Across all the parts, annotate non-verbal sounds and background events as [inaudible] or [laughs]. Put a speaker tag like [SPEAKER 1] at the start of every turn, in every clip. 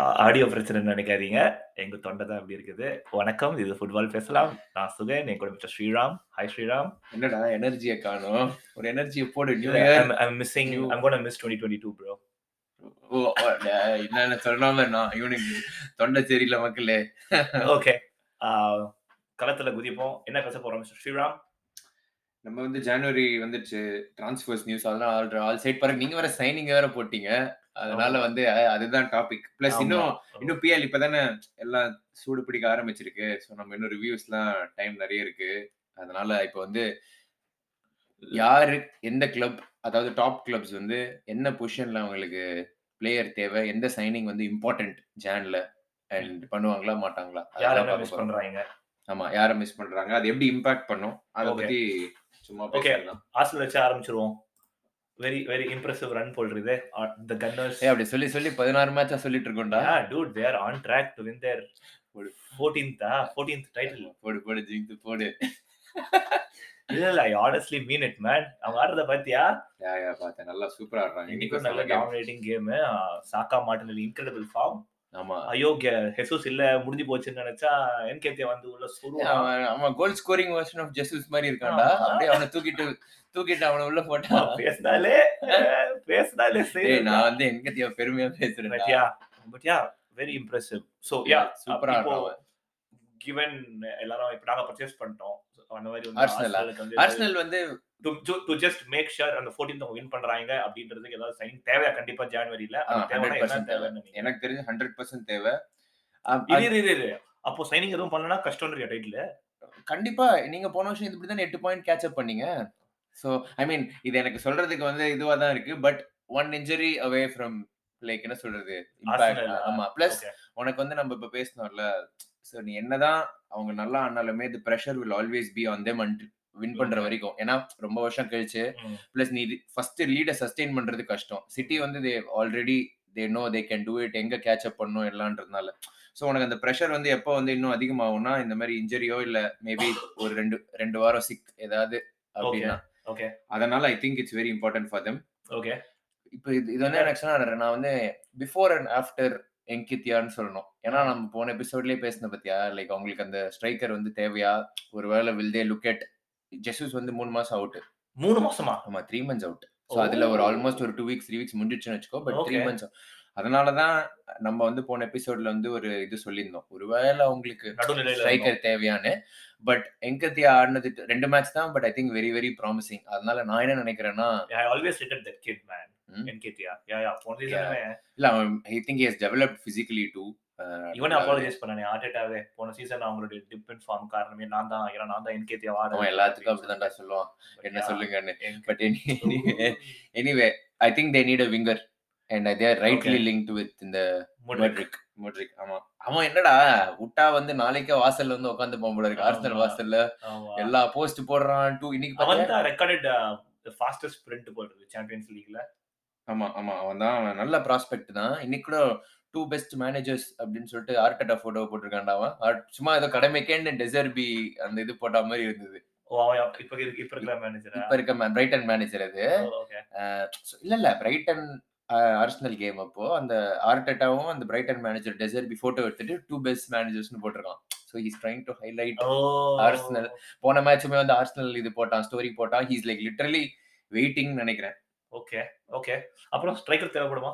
[SPEAKER 1] ஆ audio பிரச்சனைன்னு நினைக்காதீங்க. எங்க தொண்ட தான் அப்படி இருக்குது. வணக்கம். இது ஃபுட்பால் பேசலாம். நான் சுகன். என் கூட மிஸ்டர் ஸ்ரீராம். ஹாய் ஸ்ரீராம்.
[SPEAKER 2] என்னடா எனர்ஜிய காணோம். ஒரு எனர்ஜிய போடு. நியூ
[SPEAKER 1] இல்ல
[SPEAKER 2] year,
[SPEAKER 1] I'm I'm missing
[SPEAKER 2] new
[SPEAKER 1] I'm gonna miss 2022 bro.
[SPEAKER 2] ஓ ஓ டேய், என்னன்னு சொல்லாம நான் இவனுக்கு தொண்டை தெரியல மக்களே.
[SPEAKER 1] ஓகே. ஆ களத்துல குதிப்போம். என்ன பேச போறோம் மிஸ்டர் ஸ்ரீராம்?
[SPEAKER 2] நம்ம வந்து ஜனவரி வந்துருச்சு. ட்ரான்ஸ்ஃபர்ஸ் நியூஸ் அதெல்லாம் ஆல் ஆல் சைட் பாருங்க. நீங்க வேற சைனிங் வேற போட்டீங்க. அதனால
[SPEAKER 1] ஆமா.
[SPEAKER 2] வந்து அ அதுதான் டாபிக். பிளஸ்
[SPEAKER 1] ஆமா.
[SPEAKER 2] இன்னும்
[SPEAKER 1] ஓ.
[SPEAKER 2] இன்னும் பிஎல் இப்பதானே எல்லாம் சூடு பிடிக்க ஆரம்பிச்சிருக்கு. ஸோ நம்ம இன்னும் ரிவ்யூஸ்லாம் டைம் நிறைய இருக்கு. அதனால இப்போ வந்து யாரு எந்த கிளப் அதாவது டாப் கிளப்ஸ் வந்து என்ன பொசிஷன்ல அவங்களுக்கு பிளேயர் தேவை, எந்த சைனிங் வந்து இம்பார்ட்டன்ட் ஜான்ல
[SPEAKER 1] ம்.
[SPEAKER 2] அண்ட் பண்ணுவாங்களா மாட்டாங்களா?
[SPEAKER 1] யார்
[SPEAKER 2] அதெல்லாம்
[SPEAKER 1] என்ன
[SPEAKER 2] பார்க்க
[SPEAKER 1] மிஸ்
[SPEAKER 2] போறோம்.
[SPEAKER 1] பண்றாங்க?
[SPEAKER 2] ஆமா யார மிஸ் பண்றாங்க? அது எப்படி இம்பாக்ட் பண்ணும்? அத
[SPEAKER 1] ஓகே.
[SPEAKER 2] பத்தி சும்மா
[SPEAKER 1] ஓகே.
[SPEAKER 2] பேசிடலாம்.
[SPEAKER 1] ஆர்சனல் வச்சு ஆரம்பிச்சுருவோம். வெரி வெரி இம்ப்ரெசிவ் ரன் போல்றது. The gunners.
[SPEAKER 2] ஏய் அப்படி சொல்லி சொல்லி 16 மேட்சா சொல்லிட்டு இருக்கோம்டா.
[SPEAKER 1] Yeah dude they are on track to win தேர்
[SPEAKER 2] போடு.
[SPEAKER 1] 14th ஆ 14th டைட்டில்.
[SPEAKER 2] ஆமா, போடு போடு ஜிங்க் போடு.
[SPEAKER 1] இல்ல இல்ல I honestly mean it man. அவங்க ஆடுறத பாத்தியா?
[SPEAKER 2] யா யா பார்த்தேன். நல்லா சூப்பரா ஆடுறாங்க.
[SPEAKER 1] இன்னைக்கும்
[SPEAKER 2] இன்னைக்கும்
[SPEAKER 1] நல்ல
[SPEAKER 2] செம கேம்.
[SPEAKER 1] டாமினேட்டிங் கேம் சாக்கா மாட்டினது இன்கிரெடிபிள் ஃபார்ம்
[SPEAKER 2] ஆமா.
[SPEAKER 1] ஐயோ ஹெசூஸ் இல்ல முடிஞ்சு போச்சுன்னு நினைச்சா என்கேத்தே வந்து உள்ள சொல்லுவான்
[SPEAKER 2] அவன் அவன் goal scoring version of Jesus மாதிரி இருக்கான்டா.
[SPEAKER 1] ஆமா.
[SPEAKER 2] அப்படியே அவன தூக்கிட்டு தூக்கிட்டு அவன உள்ள போட்டா.
[SPEAKER 1] பேசினாலே அஹ், பேசினாலே
[SPEAKER 2] [laughs] டேய்
[SPEAKER 1] சரி
[SPEAKER 2] நான் வந்து என்கிட்டயா பெருமையா பேசுறேன்டா.
[SPEAKER 1] But yeah but yeah very impressive so yeah
[SPEAKER 2] சூப்பரா
[SPEAKER 1] இப்போ
[SPEAKER 2] ஆடுறான் அவன்.
[SPEAKER 1] கிவன் எல்லாரும் இப்போ நாங்க பர்ச்சேஸ் பண்ணிட்டோம் So, அந்த மாதிரி வந்து
[SPEAKER 2] Arsenal ஆ?
[SPEAKER 1] ஆர்சனலுக்கு வந்து
[SPEAKER 2] ஆர்சனல் வந்து
[SPEAKER 1] டு ஜஸ்ட் மேக் ஷூர் அந்த 14th அவங்க வின் பண்றாங்க அப்படின்றதுக்கு ஏதாவது சைன் தேவையா கண்டிப்பா ஜான்வரியில
[SPEAKER 2] ஆ,
[SPEAKER 1] அது தேவைன்னா என்ன
[SPEAKER 2] 100% தேவை.
[SPEAKER 1] தேவைன்னு நீங்க
[SPEAKER 2] எனக்கு தெரிஞ்சு 100% தேவை அப்-
[SPEAKER 1] இரு
[SPEAKER 2] அது
[SPEAKER 1] இரு, இரு, இரு. அப்போ சைனிங் எதுவும் பண்ணனா கஷ்டம்ன்ற டைட்டில்
[SPEAKER 2] கண்டிப்பா நீங்க போன வருஷம் இப்படி தான் 8 பாயிண்ட் கேட்ச் அப் பண்ணீங்க சோ ஐ மீன் இது எனக்கு சொல்றதுக்கு வந்து இதுவா தான் இருக்கு but one injury away from like என்ன சொல்றது இம்பாக்ட்
[SPEAKER 1] ஆர்சனல்
[SPEAKER 2] ஆமா பிளஸ்
[SPEAKER 1] ஓகே
[SPEAKER 2] உனக்கு வந்து நம்ம இப்ப பேசணும்ல சோ நீ என்னதான் அவங்க நல்லா ஆனாலுமே the pressure will always be on them and win பண்ற
[SPEAKER 1] Okay.
[SPEAKER 2] வரைக்கும் ஏன்னா ரொம்ப வருஷம் கழிச்சு
[SPEAKER 1] ம்
[SPEAKER 2] பிளஸ் நீ ஃபர்ஸ்ட் லீட சஸ்டெயின் பண்றது கஷ்டம் சிட்டி வந்து they already they know they can do it எங்க கேட்ச் அப் பண்ணும் எல்லாம்ன்றதுனால ஸோ உனக்கு அந்த ப்ரெஷர் வந்து எப்போ வந்து இன்னும் அதிகமாகும்னா இந்த மாதிரி இன்ஜரியோ இல்ல மேபி ஒரு ரெண்டு ரெண்டு வாரம் சிக் ஏதாவது அப்படின்னா
[SPEAKER 1] ஓகே
[SPEAKER 2] அதனால I think it's very important for them
[SPEAKER 1] okay
[SPEAKER 2] இப்போ இது இது வந்து எனக்கு சொன்னா நான் வந்து பிஃபோர் அண்ட் ஆஃப்டர் என்கித்தியான்னு சொல்லணும் ஏன்னா நம்ம போன எபிசோட்லயே பேசின பத்தியா லைக் அவங்களுக்கு அந்த ஸ்ட்ரைக்கர் வந்து தேவையா ஒருவேளை will they look at Jesus வந்து மூணு மாசம் அவுட்
[SPEAKER 1] மூணு மாசமா
[SPEAKER 2] ஆமா three months out so
[SPEAKER 1] Oh.
[SPEAKER 2] அதுல ஒரு ஆல்மோஸ்ட் ஒரு டூ வீக்ஸ் த்ரீ வீக்ஸ் முடிஞ்சிச்சுன்னு வச்சுக்கோ பட் த்ரீ
[SPEAKER 1] Okay.
[SPEAKER 2] மந்த்ஸ் அதனால தான் நம்ம வந்து போன எபிசோட்ல வந்து ஒரு இது சொல்லியிருந்தோம் ஒருவேளை அவங்களுக்கு
[SPEAKER 1] நடுநிலையில
[SPEAKER 2] ஸ்ட்ரைக்கர் தேவையான்னு பட் எங்கத்தியா ஆடினது ரெண்டு மேட்ச் தான் but I think very very promising அதனால நான் என்ன நினைக்கிறேன்னா
[SPEAKER 1] I always rated that kid man
[SPEAKER 2] ம்?
[SPEAKER 1] என்கேடியா யா யா போன
[SPEAKER 2] Hmm? Yeah.
[SPEAKER 1] சீசனே
[SPEAKER 2] இல்ல அவன் I think has developed physically too
[SPEAKER 1] இவன் அப்பாலஜைஸ் பண்ணனே ஆர்டேட்டாவே போன சீசன் அவங்களோட டிஃபரன்ஸ் ஃபார்ம் காரணமே நான் தான் ஏன்னா நான் தான் என்கேடியா
[SPEAKER 2] அவன்
[SPEAKER 1] ஆடுறேன்
[SPEAKER 2] எல்லாத்துக்கும் அப்படிதான்டா சொல்லுவான் என்ன சொல்லுங்கன்னு but
[SPEAKER 1] [laughs] Ooh.
[SPEAKER 2] Anyway I think they need a winger and they are rightly
[SPEAKER 1] Okay.
[SPEAKER 2] Linked with இந்த
[SPEAKER 1] முட்ரிக்
[SPEAKER 2] மோட்ரிக் மோட்ரிக் ஆமா அவன் என்னடா உட்டா வந்து நாளைக்கே வாசல்ல வந்து உட்காந்து போக போல இருக்கு ஆர்சனல்
[SPEAKER 1] ஆமா.
[SPEAKER 2] வாசல்ல
[SPEAKER 1] ஆமா
[SPEAKER 2] எல்லா போஸ்ட் போடுறான் டூ இன்னைக்கு
[SPEAKER 1] அவன்
[SPEAKER 2] பார்த்தா
[SPEAKER 1] தான் uh, ரெக்கார்டட் ஃபாஸ்டஸ்ட் ஸ்பிரிண்ட் போடுறது சாம்பியன்ஸ் லீக்ல
[SPEAKER 2] ஆமா ஆமா அவன் தான் அவன் நல்ல ப்ராஸ்பெக்ட் தான் இன்னைக்கு கூட டூ பெஸ்ட் மேனேஜர்ஸ் அப்படின்னு சொல்லிட்டு ஆர்கட்டா போட்டோ போட்டிருக்கான்டா அவன் ஆர்- சும்மா ஏதோ கடமைக்கேன்னு டெசர்பி அந்த இது போட்ட மாதிரி இருந்தது
[SPEAKER 1] ஓ அவன் இப்ப இருக்கு- இப்ப இருக்கிற மேனேஜரா
[SPEAKER 2] இப்ப இருக்க பிரைட்டன் மேனேஜர் அது
[SPEAKER 1] ஓகே
[SPEAKER 2] அஹ் so இல்ல இல்ல பிரைட்டன் ஆர்சனல் கேம் அப்போ அந்த ஆர்டட்டாவும் அந்த பிரைட்டன் மேனேஜர் டெசர்பி போட்டோ எடுத்துட்டு டூ பெஸ்ட் மேனேஜர்ஸ்னு போட்டிருக்கான் so he's trying to highlight
[SPEAKER 1] oh
[SPEAKER 2] Arsenal. போன மேட்சுமே வந்து ஆர்சனல் இது போட்டான் ஸ்டோரி போட்டான் ஹீஸ் லைக் லிட்டரலி வெயிட்டிங் நினைக்கிறேன்
[SPEAKER 1] ஓகே ஓகே அப்புறம் ஸ்ட்ரைக்கர் தேவைப்படுமா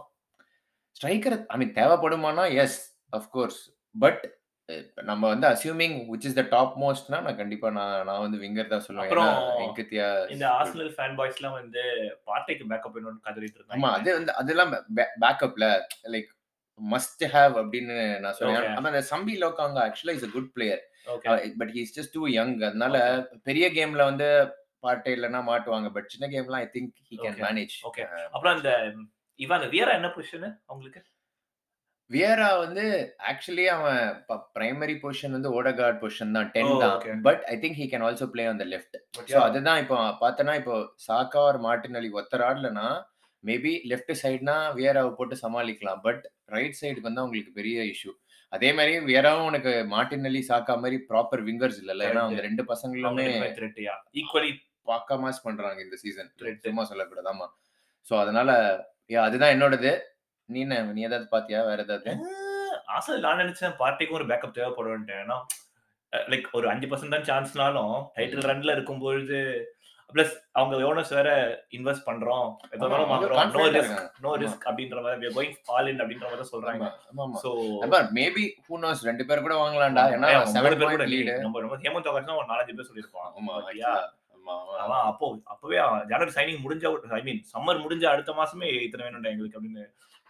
[SPEAKER 2] ஸ்ட்ரைக்கர் ஐ மீன் தேவைப்படுமானா எஸ் அஃப்கோர்ஸ் பட் நம்ம வந்து assuming which is the top மோஸ்ட்னா நான் கண்டிப்பா நான் நான் வந்து விங்கர் தான் சொல்லுவேன்
[SPEAKER 1] அப்புறம்
[SPEAKER 2] ஏன்னா, எங்கத்தியா
[SPEAKER 1] இந்த ஆர்சனல் ஃபேன் பாய்ஸ்லாம் வந்து பார்ட்டிக்கு பேக்கப் பண்ணணும்னு கதறிட்டு
[SPEAKER 2] ஆமா
[SPEAKER 1] இருந்தாங்க
[SPEAKER 2] அது வந்து அதெல்லாம் பேக்கப்ல லைக் மஸ்ட் ஹேவ் அப்படின்னு நான்
[SPEAKER 1] Okay.
[SPEAKER 2] சொல்லுவேன் ஆமா அந்த சம்பி லோக்காங்க ஆக்சுவலா is a Uh, good player
[SPEAKER 1] okay
[SPEAKER 2] but he's just too young அதனால பெரிய கேம்ல வந்து பாட்டே இல்லைன்னா மாட்டுவாங்க பட் சின்ன கேம்லாம் I think he can
[SPEAKER 1] Okay.
[SPEAKER 2] Manage
[SPEAKER 1] Okay. அப்புறம் அந்த ம், இவன் அந்த வியரா என்ன பொசிஷன் அவங்களுக்கு
[SPEAKER 2] வியரா வந்து ஆக்சுவலி அவன் பிரைமரி பொசிஷன் வந்து ஓடகார்ட் பொசிஷன் தான் டென்
[SPEAKER 1] Oh, okay.
[SPEAKER 2] தான் but I think he can also play on the left
[SPEAKER 1] But
[SPEAKER 2] so
[SPEAKER 1] yeah,
[SPEAKER 2] அதுதான் இப்போ பார்த்தனா இப்போ சாக்கா ஒரு மார்டினலி ஒத்தர் ஆடலனா மேபி லெஃப்ட் சைடுனா வியராவை போட்டு சமாளிக்கலாம் பட் ரைட் சைடுக்கு வந்து அவங்களுக்கு பெரிய இஷ்யூ அதே மாதிரி வியராவும் உனக்கு மார்டினலி சாக்கா மாதிரி ப்ராப்பர் விங்கர்ஸ் இல்லைல்ல ஏன்னா
[SPEAKER 1] Correct.
[SPEAKER 2] அவங்க ரெண்டு
[SPEAKER 1] அவங்க
[SPEAKER 2] பசங்களுமே
[SPEAKER 1] ரெண்டுமே threat, yeah. Equally
[SPEAKER 2] பாக்க மாஸ் பண்றாங்க இந்த சீசன்
[SPEAKER 1] threat.
[SPEAKER 2] சும்மா சொல்லக்கூடாது ஆமா ஸோ அதனால yeah, அதுதான் என்னோடது நீ என்ன நீ ஏதாவது பாத்தியா வேற ஏதாவது
[SPEAKER 1] ஆ, ஆசை நான் நினைச்சேன் பார்ட்டிக்கு ஒரு பேக்கப் தேவைப்படும்ட்டு ஏன்னா லைக் ஒரு அஞ்சு பர்சன்ட் தான் சான்ஸ்னாலும் டைட்டில் ரன்ல இருக்கும் பொழுது பிளஸ் அவங்க ஓனர்ஸ் வேற இன்வெஸ்ட் பண்றோம்
[SPEAKER 2] ஆமா,
[SPEAKER 1] எதாவது
[SPEAKER 2] அவங்க
[SPEAKER 1] வாங்குறோம் நோ
[SPEAKER 2] confident ஆ
[SPEAKER 1] ரிஸ்க்
[SPEAKER 2] இருக்காங்க.
[SPEAKER 1] நோ
[SPEAKER 2] ஆமா.
[SPEAKER 1] ரிஸ்க் அப்படின்ற மாதிரி கோயிங் ஆல் இன் அப்படின்ற மாதிரி தான் சொல்றாங்க
[SPEAKER 2] ஆமா, ஆமா, ஆமா.
[SPEAKER 1] சோ
[SPEAKER 2] அப்ப maybe who knows, ரெண்டு பேர் கூட வாங்கலாம்டா. ஏன்னா seven
[SPEAKER 1] பேர்
[SPEAKER 2] point
[SPEAKER 1] கூட
[SPEAKER 2] lead.
[SPEAKER 1] lead. நம்ம நம்ம ஹேமந்த் அவர்கள் ஒரு நாலஞ்சு பேர் சொல்லியிருப்பான்
[SPEAKER 2] ஆமா,
[SPEAKER 1] பாத்தியா?
[SPEAKER 2] actually. ஆமா, ஆமா.
[SPEAKER 1] ஆமா அப்போ அப்பவே ஜனவரி சைனிங் முடிஞ்ச ஐ மீன் சம்மர் முடிஞ்ச அடுத்த மாசமே இத்தனை வேணும்டா எங்களுக்கு அப்படின்னு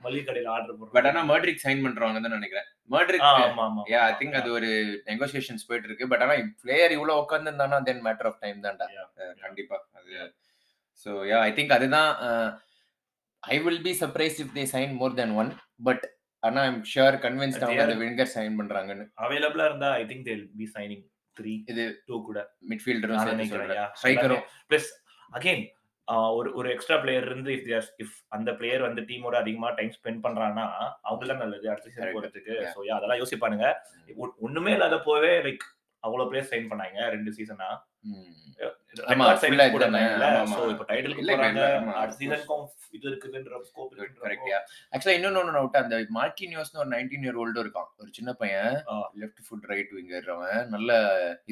[SPEAKER 1] மளிகை கடையில ஆர்டர்
[SPEAKER 2] But
[SPEAKER 1] போடுறோம்
[SPEAKER 2] ஆனா Murderick sign பண்றாங்கன்னு தான் நினைக்கிறேன் Murderick,
[SPEAKER 1] ஆ, ஆமா ஆமா
[SPEAKER 2] yeah, I think அது ஒரு negotiations போயிட்டு இருக்கு But ஆனா player இவ்வளவு உட்கார்ந்திருந்தானா, then matter of time தான்டா.
[SPEAKER 1] Yeah,
[SPEAKER 2] அஹ், கண்டிப்பா அது ஸோ யா ஐ திங்க் அதுதான் I will be surprise if they sign more than one but ஆனா ஐம் ஷியர் கன்வின்ஸ்ட்
[SPEAKER 1] They
[SPEAKER 2] அவங்க
[SPEAKER 1] are-
[SPEAKER 2] அந்த விங்கர் சைன் பண்றாங்கன்னு
[SPEAKER 1] அவைலபிளா இருந்தா I think they'll be signing three
[SPEAKER 2] இது
[SPEAKER 1] டூ கூட
[SPEAKER 2] மிட்ஃபீல்டரும்
[SPEAKER 1] நான்
[SPEAKER 2] சேர்த்து
[SPEAKER 1] நினைக்கிறேன்
[SPEAKER 2] சொல்றேன்
[SPEAKER 1] yeah.
[SPEAKER 2] ஸ்ட்ரைக்கரும்
[SPEAKER 1] பிளஸ் அகைன் ஒரு ஒரு எக்ஸ்ட்ரா பிளேயர் இருந்து இஃப் தேர் இஃப் அந்த பிளேயர் வந்து டீமோட அதிகமா டைம் ஸ்பெண்ட் பண்றாங்கன்னா அவங்களுக்கு தான் நல்லது அடுத்த சீசன்
[SPEAKER 2] Correct.
[SPEAKER 1] போறதுக்கு
[SPEAKER 2] Yeah.
[SPEAKER 1] ஸோ அதெல்லாம் யோசிப்பானுங்க ஒ- ஒண்ணுமே இல்லாத போவே லைக் அவ்வளவு பிளேயர் சைன் பண்ணாங்க ரெண்டு சீசனா
[SPEAKER 2] ஆமா, full ஆ இதுதானே. ஆமா, ஆமா.
[SPEAKER 1] ஸோ இப்போ டைட்டில்
[SPEAKER 2] இல்ல, இல்ல,
[SPEAKER 1] போறாங்க
[SPEAKER 2] இல்ல, ஆமா,
[SPEAKER 1] அடுத்த
[SPEAKER 2] of
[SPEAKER 1] சீசனுக்கும் இது இருக்குதுன்ற ஸ்கோப் இருக்குன்ற
[SPEAKER 2] கரெக்டியா ஆக்சுவலா இன்னொன்னு ஒன்று அவுட் அந்த மார்க்கி நியூஸ்னு ஒரு நைன்டீன் இயர் ஓல்டு இருக்கான் ஒரு சின்ன பையன்
[SPEAKER 1] ஆ.
[SPEAKER 2] லெஃப்ட் ஃபுட் ரைட் விங்கர் அவன் நல்ல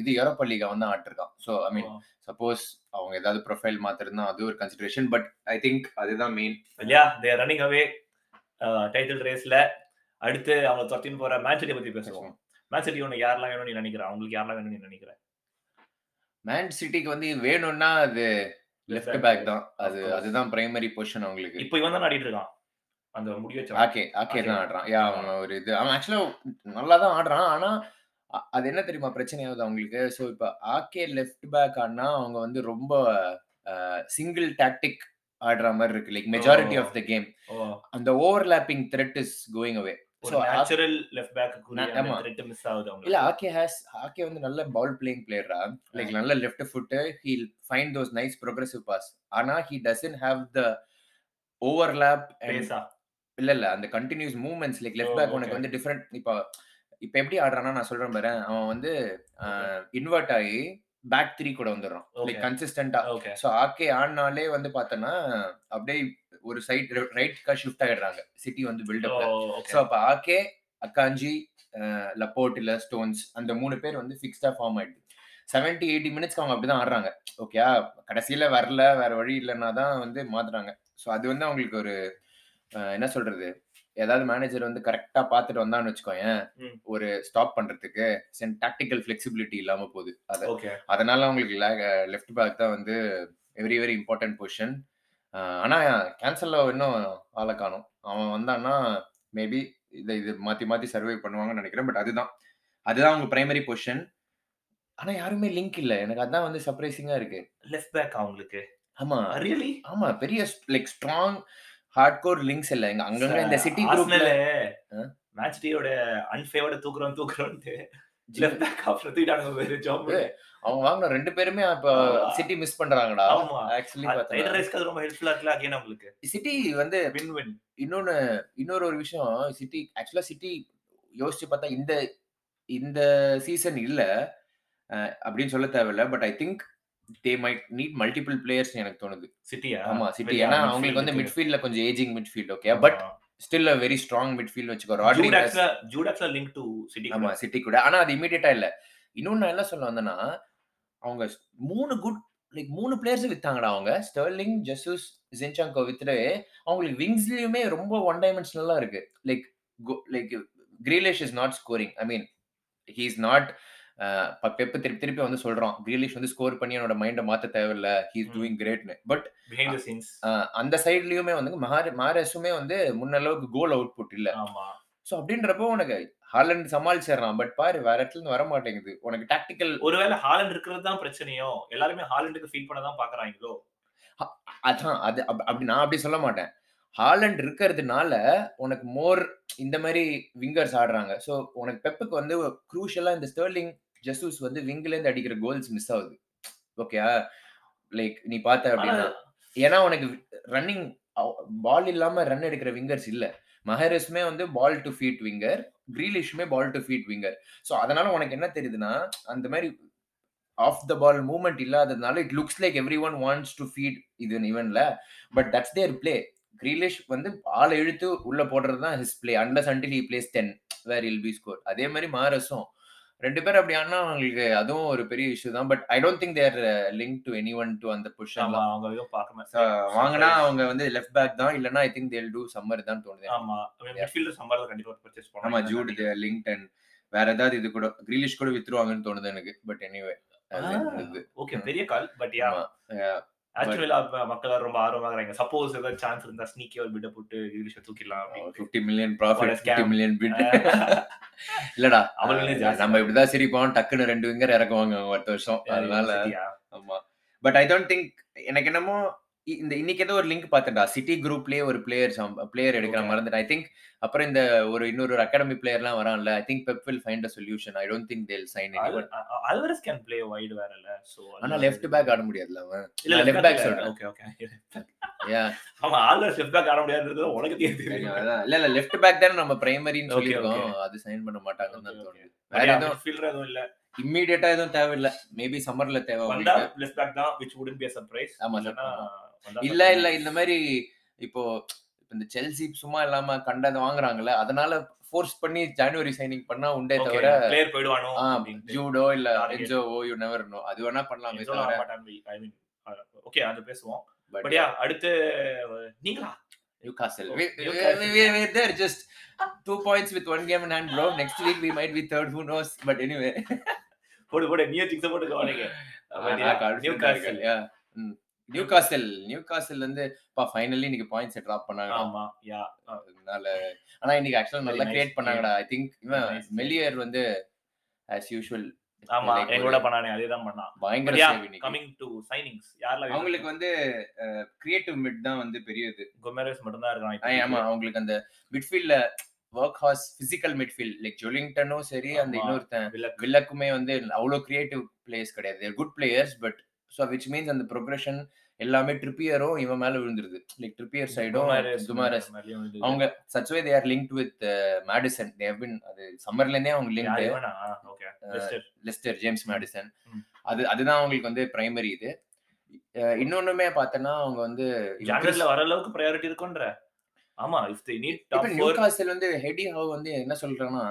[SPEAKER 2] இது யூரோப்பா லீக் அவன் தான் ஆட்டிருக்கான் ஸோ ஐ மீன் சப்போஸ் அவங்க ஏதாவது ப்ரொஃபைல் மாத்திருந்தா அது ஒரு கன்சிடரேஷன் பட் ஐ திங்க் அதுதான் மெயின்
[SPEAKER 1] இல்லையா தே ரன்னிங் அவே டைட்டில் ரேஸ்ல அடுத்து அவங்க தொட்டின்னு போற மேட்ச் பத்தி பேசுவோம் மேட்ச் சிட்டி உனக்கு யாரெல்லாம் வேணும்னு நீ நினைக்கிற அவங்களுக்கு யாரெல்லாம் வேணும்னு நீ நினைக்கிற
[SPEAKER 2] மேன் சிட்டிக்கு வந்து வேணும்னா அது லெஃப்ட் பேக் தான் அது
[SPEAKER 1] course.
[SPEAKER 2] அதுதான் பிரைமரி பொசிஷன் அவங்களுக்கு
[SPEAKER 1] இப்போ இவன் தான் ஆடிட்டு இருக்கான் அந்த முடிய வச்சு
[SPEAKER 2] ஆகே ஆகே
[SPEAKER 1] ஆகே.
[SPEAKER 2] தான் ஆடுறான் யா அவன் ஒரு இது அவன் ஆக்சுவலா நல்லா தான் ஆடுறான் ஆனா அ- அது என்ன தெரியுமா பிரச்சனை ஆகுது அவங்களுக்கு ஸோ இப்போ ஆகே லெஃப்ட் பேக் ஆடினா அவங்க வந்து ரொம்ப சிங்கிள் டாக்டிக் ஆடுற மாதிரி இருக்கு like majority
[SPEAKER 1] Oh.
[SPEAKER 2] Of the game அந்த overlapping threat is going away
[SPEAKER 1] ஒரு
[SPEAKER 2] ஸோ
[SPEAKER 1] நேச்சுரல் லெஃப்ட் பேக்
[SPEAKER 2] நா- ஆமா.
[SPEAKER 1] த்ரெட் மிஸ் ஆகுது
[SPEAKER 2] இல்ல
[SPEAKER 1] அவங்க
[SPEAKER 2] ஆகே ஹாஸ் ஆகே வந்து நல்ல பால் பிளேயிங் பிளேயரா லைக் நல்ல left foot heel find those nice progressive pass ஆனா he doesn't have the overlap
[SPEAKER 1] பேசா
[SPEAKER 2] இல்ல இல்ல அந்த continuous movements like left
[SPEAKER 1] Oh,
[SPEAKER 2] back
[SPEAKER 1] okay.
[SPEAKER 2] உனக்கு வந்து டிஃப்ரெண்ட் இப்போ இப்போ எப்படி ஆடுறானா நான் சொல்றேன் பாரு அவன் வந்து uh, இன்வெர்ட் ஆகி பேக் த்ரீ கூட வந்துடுறான்
[SPEAKER 1] Okay.
[SPEAKER 2] லைக் கன்சிஸ்டன்டா
[SPEAKER 1] ஓகே
[SPEAKER 2] ஸோ ஆகே ஆடினாலே வந்து பார்த்தோன்னா அப்படியே ஒரு சைட் ரைட்க்கா ஷிஃப்ட் ஆயிடுறாங்க சிட்டி வந்து
[SPEAKER 1] Oh,
[SPEAKER 2] பில்டப் ஸோ
[SPEAKER 1] ஓகே
[SPEAKER 2] அப்போ ஆகே அக்காஞ்சி uh, லப்போர்ட் இல்ல ஸ்டோன்ஸ் அந்த மூணு பேர் வந்து ஃபிக்ஸ்டா ஃபார்ம் ஆயிடுது செவன்டி எயிட்டி மினிட்ஸ்க்கு அவங்க அப்படிதான் ஆடுறாங்க ஓகேயா கடைசியில வரல வேற வழி இல்லைன்னா தான் வந்து மாத்துறாங்க ஸோ அது வந்து அவங்களுக்கு ஒரு அஹ், என்ன சொல்றது ஏதாவது மேனேஜர் வந்து கரெக்டா பார்த்துட்டு வந்தான்னு வச்சுக்கோயேன்
[SPEAKER 1] ம்.
[SPEAKER 2] ஒரு ஸ்டாப் பண்றதுக்கு டாக்டிக்கல் ஃபிளெக்சிபிலிட்டி இல்லாம போகுது அத
[SPEAKER 1] ஓகே
[SPEAKER 2] அதனால அவங்களுக்கு லெஃப்ட் பேக் தான் வந்து வெரி வெரி இம்பார்ட்டன்ட் பொசிஷன் ஆனா கேன்சல்ல இன்னும் ஆளை காணும் அவன் வந்தான்னா மேபி இதை இது மாத்தி மாத்தி சர்வை பண்ணுவாங்கன்னு நினைக்கிறேன் பட் அதுதான் அதுதான் அவங்க பிரைமரி பொசிஷன் ஆனா யாருமே லிங்க் இல்ல எனக்கு அதான் வந்து சர்ப்ரைசிங்கா இருக்கு
[SPEAKER 1] லெஃப்ட் பேக் அவங்களுக்கு
[SPEAKER 2] ஆமா
[SPEAKER 1] ரியலி
[SPEAKER 2] ஆமா பெரிய like strong hard core links இல்ல எங்க அங்கங்க இந்த சிட்டி
[SPEAKER 1] ஆர்சனல்
[SPEAKER 2] குரூப்ல ஆ?
[SPEAKER 1] மேட்ச் டேயோட அன்ஃபேவர்ட தூக்குறோம் தூக்குறோம்னு லெஃப்ட் பேக் ஆஃப் தூக்கிட்டாங்க வேற ஜாப்
[SPEAKER 2] அவங்க வாங்கின ரெண்டு பேருமே இப்ப
[SPEAKER 1] ஆமா.
[SPEAKER 2] சிட்டி மிஸ் பண்றாங்கடா
[SPEAKER 1] ஆமா.
[SPEAKER 2] ஆக்சுவலி
[SPEAKER 1] டைட்டில் ரேஸ்க்கு அது ரொம்ப ஹெல்ப்ஃபுல்லா இருக்குல்ல அகைன் அவங்களுக்கு
[SPEAKER 2] சிட்டி வந்து
[SPEAKER 1] வின் வின்
[SPEAKER 2] இன்னொன்னு இன்னொரு ஒரு விஷயம் சிட்டி ஆக்சுவலா சிட்டி யோசிச்சு பார்த்தா இந்த இந்த சீசன் இல்ல அஹ், அப்படின்னு சொல்ல தேவையில்ல but I think they might need multiple players எனக்கு தோணுது
[SPEAKER 1] சிட்டியா
[SPEAKER 2] ஆமா சிட்டி ஏன்னா அவங்களுக்கு வந்து மிட்ஃபீல்ட்ல கொஞ்சம் ageing midfield okay but
[SPEAKER 1] but
[SPEAKER 2] still a very strong midfield வச்சுக்கோ
[SPEAKER 1] ஜூட்
[SPEAKER 2] ராட்ரிகஸ்
[SPEAKER 1] ஆக்சுவலா ஜூட் ஆக்சுவலா லிங்க் டு சிட்டி
[SPEAKER 2] ஆமா சிட்டி கூட ஆனா அது இமீடியட்டா இல்ல இன்னொன்னு நான் என்ன சொல்ல வந்தேன்னா அவங்க மூணு குட் லைக் மூணு பிளேயர்ஸ் வித்தாங்கடா அவங்க ஸ்டெர்லிங் ஜசூஸ் ஜின்சாங்கோ வித்துட்டு அவங்களுக்கு விங்ஸ்லயுமே ரொம்ப ஒன் டைமென்ஷனலா இருக்கு like like Grealish is not scoring I mean he is not பெப்ப திருப்பி திருப்பி வந்து சொல்றோம் கிரீலிஷ் வந்து ஸ்கோர் பண்ணி என்னோட மைண்டை மாத்த தேவையில்ல ஹீ இஸ்
[SPEAKER 1] ம்.
[SPEAKER 2] டூயிங் கிரேட்னு பட்
[SPEAKER 1] பிஹைண்ட் தி சீன்ஸ்
[SPEAKER 2] அந்த சைட்லயுமே வந்து மஹாரி மாரஸுமே வந்து முன்னளவுக்கு கோல் அவுட்புட் இல்ல
[SPEAKER 1] ஆமா
[SPEAKER 2] ஸோ அப்படின்றப்போ உனக்கு ஹாலண்ட் சமாளிச்சிடறான் பட் பாரு வேற இடத்துல இருந்து வர மாட்டேங்குது உனக்கு டாக்டிக்கல்
[SPEAKER 1] ஒருவேளை ஹாலண்ட் இருக்கிறது தான் பிரச்சனையோ எல்லாருமே ஹாலண்டுக்கு ஃபீல் பண்ண தான் பாக்குறாங்களோ
[SPEAKER 2] அதான் அது அப்- அப்படி நான் அப்படி சொல்ல மாட்டேன் ஹாலண்ட் இருக்கிறதுனால உனக்கு மோர் இந்த மாதிரி விங்கர்ஸ் ஆடுறாங்க ஸோ உனக்கு பெப்புக்கு வந்து க்ரூஷலா இந்த ஸ்டெர்லிங் ஜெசூஸ் வந்து wing ல இருந்து அடிக்கிற கோல்ஸ் மிஸ் ஆகுது ஓகேயா லைக் நீ பார்த்த அப்படின்னா ஏன்னா உனக்கு ரன்னிங் பால் இல்லாம ரன் எடுக்கிற விங்கர்ஸ் இல்ல மஹரஸுமே வந்து பால் டு ஃபீட் விங்கர் கிரீலிஷுமே ball to feet winger so அதனால உனக்கு என்ன தெரியுதுன்னா அந்த மாதிரி ஆஃப் த பால் மூவ்மெண்ட் இல்லாததுனால it looks like everyone wants to feet இது ஈவன்ல but that's their play Grealish வந்து ஆளை இழுத்து உள்ள போடுறது தான் ஹிஸ் பிளே அண்டர்ஸ் until he plays then where he'll be score அதே மாதிரி மாரஸும் ரெண்டு பேரும் அப்படி ஆனா அவங்களுக்கு அதுவும் ஒரு பெரிய இஷ்யூ தான் but I don't think they're link to anyone to அந்த
[SPEAKER 1] ஆமா
[SPEAKER 2] பொசிஷன்
[SPEAKER 1] அவங்க எதுவும் பார்க்க
[SPEAKER 2] வாங்கினா அவங்க வந்து லெஃப்ட் பேக் தான் இல்லனா I think they'll do summer தான் தோணுது எனக்கு.
[SPEAKER 1] ஆமா மிட்ஃபீல்டர் சம்பாரத கண்டிப்பா பர்ச்சேஸ்
[SPEAKER 2] ஆமா
[SPEAKER 1] பண்ணலாம்
[SPEAKER 2] ஜூட் லிங்க் அண்ட் வேற ஏதாவது இது கூட கிரீலிஷ் கூட வித்துருவாங்கன்னு தோணுது எனக்கு பட் எனிவே
[SPEAKER 1] ஓகே பெரிய கால் பட் யா
[SPEAKER 2] ஆமா அஹ்
[SPEAKER 1] ஆக்சுவலா மக்கள் எல்லாரும் ரொம்ப ஆர்வமாகறாங்க சப்போஸ் ஏதாவது சான்ஸ் இருந்தா ஸ்னீக்கி ஒரு பிட்ட போட்டு இங்கிலீஷ் தூக்கிடலாம் [laughs] அப்படின்னு
[SPEAKER 2] fifty million
[SPEAKER 1] What
[SPEAKER 2] profit
[SPEAKER 1] a scam.
[SPEAKER 2] Fifty million bid இல்லடா
[SPEAKER 1] அவங்களே
[SPEAKER 2] அஹ்
[SPEAKER 1] ஜாஸ்தி.
[SPEAKER 2] நம்ம இப்படிதான் சிரிப்போம் டக்குன்னு ரெண்டு விங்கர் இறக்குவாங்க ஒருத்த வருஷம் அதனால ஆமா பட் ஐ டோன்ட் திங்க் எனக்கு என்னமோ இ- இந்த இன்னைக்கு ஏதோ ஒரு லிங்க் பார்த்தேன்டா சிட்டி குரூப்லயே ஒரு பிளேயர் பிளேயர் எடுக்கிற
[SPEAKER 1] Okay.
[SPEAKER 2] மறந்துட்டேன் ஐ திங்க் அப்புறம் இந்த ஒரு இன்னொரு ஒரு அகாடமி பிளேயர்லாம் வரான்ல I think Pep will find a solution I don't think they'll sign any
[SPEAKER 1] uh, Alvarez can play wide வேற இல்ல சோ
[SPEAKER 2] ஆனா லெஃப்ட் பேக் ஆட முடியாதுல அவன்
[SPEAKER 1] இல்ல
[SPEAKER 2] நான்
[SPEAKER 1] லெஃப்ட்
[SPEAKER 2] left back
[SPEAKER 1] பேக்
[SPEAKER 2] சொல்றேன்.
[SPEAKER 1] ஓகே ஓகே
[SPEAKER 2] யா
[SPEAKER 1] ஆமா ஆல்வரஸ் லெஃப்ட் பேக் ஆட முடியாதுன்றது உலகத்தையே தெரியும்
[SPEAKER 2] அதான். இல்ல இல்ல லெஃப்ட் பேக் தானே நம்ம பிரைமரின்னு
[SPEAKER 1] Okay,
[SPEAKER 2] சொல்லியிருக்கோம் அது சைன் பண்ண மாட்டாங்கன்னு தான் தோணுது வேற எதுவும்
[SPEAKER 1] ஃபீல்டர் எதுவும் இல்ல
[SPEAKER 2] இம்மிடியட்டா எதுவும் தேவையில்ல மேபி சம்மர்ல தேவை
[SPEAKER 1] வந்தா
[SPEAKER 2] அவங்களுக்கு.
[SPEAKER 1] லெஃப்ட் பேக் தான் which wouldn't be a surprise
[SPEAKER 2] ஆமா,
[SPEAKER 1] இல்லனா
[SPEAKER 2] ஆமா.
[SPEAKER 1] வந்தா
[SPEAKER 2] இல்ல இல்ல இந்த மாதிரி இப்போ இந்த செல்சி சும்மா இல்லாம கண்டத வாங்குறாங்கல்ல அதனால ஃபோர்ஸ் பண்ணி ஜனவரி சைனிங் பண்ணா உண்டே
[SPEAKER 1] Okay,
[SPEAKER 2] தவிர
[SPEAKER 1] player போயிடுவானோ அப்படின்ட்டு.
[SPEAKER 2] ஜூடோ இல்ல
[SPEAKER 1] Target.
[SPEAKER 2] என்ஜோவோ யூ நெவர் நோ அது வேணா பண்ணலாமே
[SPEAKER 1] இதெல்லாம்
[SPEAKER 2] தவிர
[SPEAKER 1] மாட்டான்னு வை- I mean, அஹ், okay, அது பேசுவோம்
[SPEAKER 2] பட்
[SPEAKER 1] But yeah, அடுத்து அஹ், நீங்களா
[SPEAKER 2] Newcastle
[SPEAKER 1] Oh, Newcastle.
[SPEAKER 2] They're just two points with one game hand bro next week we might with third who knows but anyway
[SPEAKER 1] போடு போடு நியூ சிக்ஸ் போட்டு
[SPEAKER 2] [laughs]
[SPEAKER 1] கவனிங்க Newcastle
[SPEAKER 2] Newcastle Newcastle வந்து பா finally இன்னைக்கு points drop பண்ணாங்க
[SPEAKER 1] ஆமா யா
[SPEAKER 2] அதனால ஆனா இன்னைக்கு ஆக்சுவலா நல்லா
[SPEAKER 1] Very nice.
[SPEAKER 2] கிரியேட் பண்ணாங்கடா ஐ திங்க் இவன்
[SPEAKER 1] Very nice.
[SPEAKER 2] மெலியர் வந்து ஆஸ் யூஷுவல்
[SPEAKER 1] ஆமா
[SPEAKER 2] Like
[SPEAKER 1] எங்களோட
[SPEAKER 2] ஒரு-
[SPEAKER 1] பண்ணானே அதே தான் பண்ணான்
[SPEAKER 2] பயங்கர
[SPEAKER 1] But yeah,
[SPEAKER 2] சேவ் இன்னைக்கு
[SPEAKER 1] கமிங் டு சைனிங்ஸ் யாரெல்லாம்
[SPEAKER 2] அவங்களுக்கு வந்து கிரியேட்டிவ் மிட் தான் வந்து பெரியது
[SPEAKER 1] குமரஸ் மட்டும் தான்
[SPEAKER 2] ஆ, ஆமா
[SPEAKER 1] இருக்கான்
[SPEAKER 2] அவங்களுக்கு அந்த மிட்ஃபீல்ட்ல work horse physical midfield like ஜொலிங்டனும் சரி அந்த
[SPEAKER 1] ஆமா.
[SPEAKER 2] இன்னொருத்தன்
[SPEAKER 1] வில்லக்
[SPEAKER 2] வில்லக்குமே வந்து அவ்வளோ கிரியேட்டிவ் பிளேயர்ஸ் கிடையாது good players but so which means அந்த ப்ரொக்ரஷன் எல்லாமே ட்ரிப்பியரும் இவன் மேல விழுந்துருது லைக் ட்ரிப்பியர் சைடும் துமாரஸ்
[SPEAKER 1] அவங்க
[SPEAKER 2] அவங்க சச்வே they are link with Maddison they have been அது சம்மர்ல இருந்தே அவங்க link
[SPEAKER 1] okay
[SPEAKER 2] Uh, Leicester James Maddison
[SPEAKER 1] ம்.
[SPEAKER 2] அது அதுதான் அவங்களுக்கு வந்து பிரைமரி இது அஹ் இன்னொன்னுமே பார்த்தோன்னா அவங்க வந்து
[SPEAKER 1] ஜான்வரில வர அளவுக்கு ப்ரையாரிட்டி இருக்கும்ன்ற ஆமா இஃப் தே நீட்
[SPEAKER 2] இப்ப
[SPEAKER 1] டாப்
[SPEAKER 2] நியூ
[SPEAKER 1] 4
[SPEAKER 2] காசல் வந்து ஹெடி ஹவ் வந்து என்ன சொல்றான்னா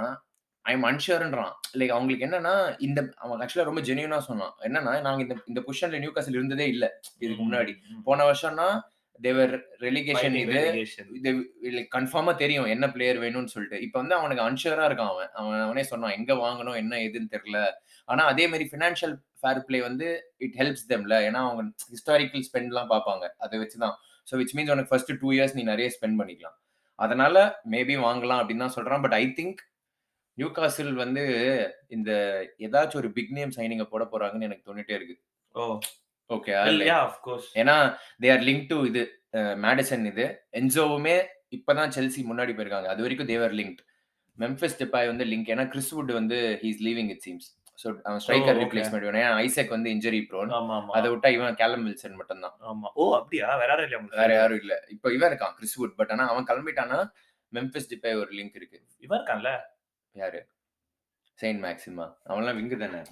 [SPEAKER 2] ஐ எம் அன்ஷியர்ன்றான் லைக் அவங்களுக்கு என்னன்னா இந்த அவன் ஆக்சுவலா ரொம்ப ஜெனியூனா சொன்னான் என்னன்னா நாங்க இந்த இந்த பொசிஷன்ல நியூ காசல் இருந்ததே இல்ல இதுக்கு முன்னாடி போன வருஷம்னா தேவர் ரெலிகேஷன் இது இது கன்ஃபார்மா தெரியும் என்ன பிளேயர் வேணும்னு சொல்லிட்டு இப்போ வந்து அவனுக்கு அன்ஷூரா இருக்கான் அவன் அவன் அவனே சொன்னான் எங்க வாங்கணும் என்ன ஏதுன்னு தெரியல ஆனா அதே மாதிரி ஃபினான்ஷியல் ஃபேர் ப்ளே வந்து இட் ஹெல்ப்ஸ் தெம்ல ஏன்னா அவங்க ஹிஸ்டாரிக்கல் ஸ்பெண்ட்லாம் பார்ப்பாங்க அதை வச்சு தான் ஸோ விச் மீன்ஸ் உனக்கு ஃபர்ஸ்ட் டூ இயர்ஸ் நீ நிறைய ஸ்பெண்ட் பண்ணிக்கலாம் அதனால மேபி வாங்கலாம் அப்படின்னு தான் சொல்றான் but I think Newcastle வந்து இந்த ஏதாச்சும் ஒரு பிக் நேம் சைனிங்க போட போறாங்கன்னு எனக்கு தோணிட்டே இருக்கு
[SPEAKER 1] oh
[SPEAKER 2] okay
[SPEAKER 1] yeah of course
[SPEAKER 2] ஏன்னா தே ஆர் லிங்க் டு இது மேடிசன் இது என்ஜோவுமே இப்பதான் செல்சி முன்னாடி போயிருக்காங்க அது வரைக்கும் தேவர் லிங்க் மெம்ஃபிஸ் டெப்பாய் வந்து லிங்க் ஏன்னா கிறிஸ் வுட் வந்து he's leaving it seems so அவன்
[SPEAKER 1] Oh,
[SPEAKER 2] ஸ்ட்ரைக்கர்
[SPEAKER 1] okay.
[SPEAKER 2] ரீப்ளேஸ்மெண்ட் வேணும் ஏன்னா ஐசக் வந்து இன்ஜரி ப்ரோன்
[SPEAKER 1] ஆமா ஆமா
[SPEAKER 2] அதை விட்டா இவன் கேலம் வில்சன் மட்டும்தான்
[SPEAKER 1] ஆமா ஓ அப்படியா வேற யாரும் இல்லையா
[SPEAKER 2] வேற
[SPEAKER 1] உங்களுக்கு
[SPEAKER 2] யாரும் இல்ல இப்போ இவன் இருக்கான் கிறிஸ் வுட் பட் ஆனா அவன் கிளம்பிட்டானா மெம்ஃபிஸ் டிப்பாய் ஒரு லிங்க் இருக்கு
[SPEAKER 1] இவன் இருக்கான்ல
[SPEAKER 2] யாரு செயின்ட் மேக்ஸிமா அவன்லாம் விங்கு தானே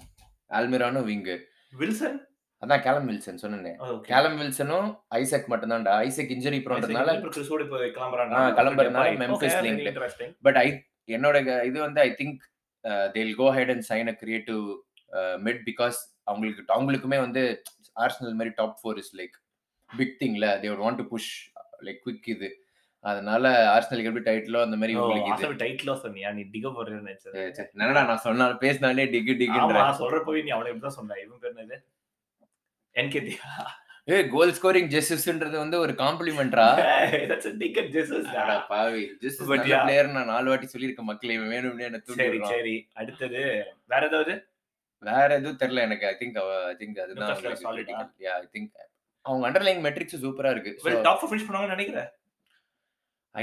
[SPEAKER 2] ஆல்மிரானும் விங்கு
[SPEAKER 1] வில்சன்
[SPEAKER 2] அதான் கேலம் வில்சன் சொன்னேன்
[SPEAKER 1] ஓகே
[SPEAKER 2] கேலம் வில்சனும் ஐசக் மட்டும்தான்டா ஐசக் இன்ஜரி ப்ரோன்றதுனால
[SPEAKER 1] இப்ப கிறிஸ்டோட இப்ப கிளம்பறான்
[SPEAKER 2] ஆ, கிளம்புறதுனால Memphis linked.
[SPEAKER 1] Interesting
[SPEAKER 2] but I என்னோட க- இது வந்து uh, I think they'll go head and sign a creative mid because uh, அவங்களுக்கு அவங்களுக்குமே வந்து ஆர்சனல் மாதிரி top four is like big திங்ல they would want to push like quick இது அதனால ஆர்சனலுக்கு எப்படி டைட்டிலோ அந்த மாதிரி
[SPEAKER 1] Oh,
[SPEAKER 2] உங்களுக்கு இது
[SPEAKER 1] அசல் டைட்டிலா சொன்னியா நீ டிக போறேன்னு
[SPEAKER 2] சரி,
[SPEAKER 1] நினைச்சது
[SPEAKER 2] சரி. என்னடா நான் சொன்னா பேசினாலே டிக்கு
[SPEAKER 1] ஆமா
[SPEAKER 2] டிக்குன்ற
[SPEAKER 1] நான் சொல்றப்பவே நீ அவளை இப்படி தான் சொன்ன இவன் பேர் என்னது என்கேதி
[SPEAKER 2] ஏ கோல் ஸ்கோரிங் ஜெஸ்ஸஸ்ன்றது வந்து ஒரு
[SPEAKER 1] [laughs]
[SPEAKER 2] காம்ப்ளிமெண்ட்ரா
[SPEAKER 1] தட்ஸ் எ டிக்கெட் ஜெசஸ்
[SPEAKER 2] பாவி ஜெஸ்ஸஸ்
[SPEAKER 1] But yeah.
[SPEAKER 2] பிளேயர் நான் நாலு வாட்டி சொல்லியிருக்கேன் மக்களே இவன் வேணும்னே என்ன
[SPEAKER 1] சரி
[SPEAKER 2] தூண்டி
[SPEAKER 1] சரி அடுத்தது வேற ஏதாவது
[SPEAKER 2] வேற எதுவும் தெரியல எனக்கு ஐ திங்க் ஐ திங்க் அதுதான்
[SPEAKER 1] Newcastle
[SPEAKER 2] அவங்களுக்கு
[SPEAKER 1] solid ஆ?
[SPEAKER 2] critical. Yeah, I think அவங்க அண்டர்லைங் மெட்ரிக்ஸ் சூப்பரா இருக்கு
[SPEAKER 1] வெல் டாப் ஃபினிஷ் பண்ணுவாங்கன்னு நினைக்கிறேன்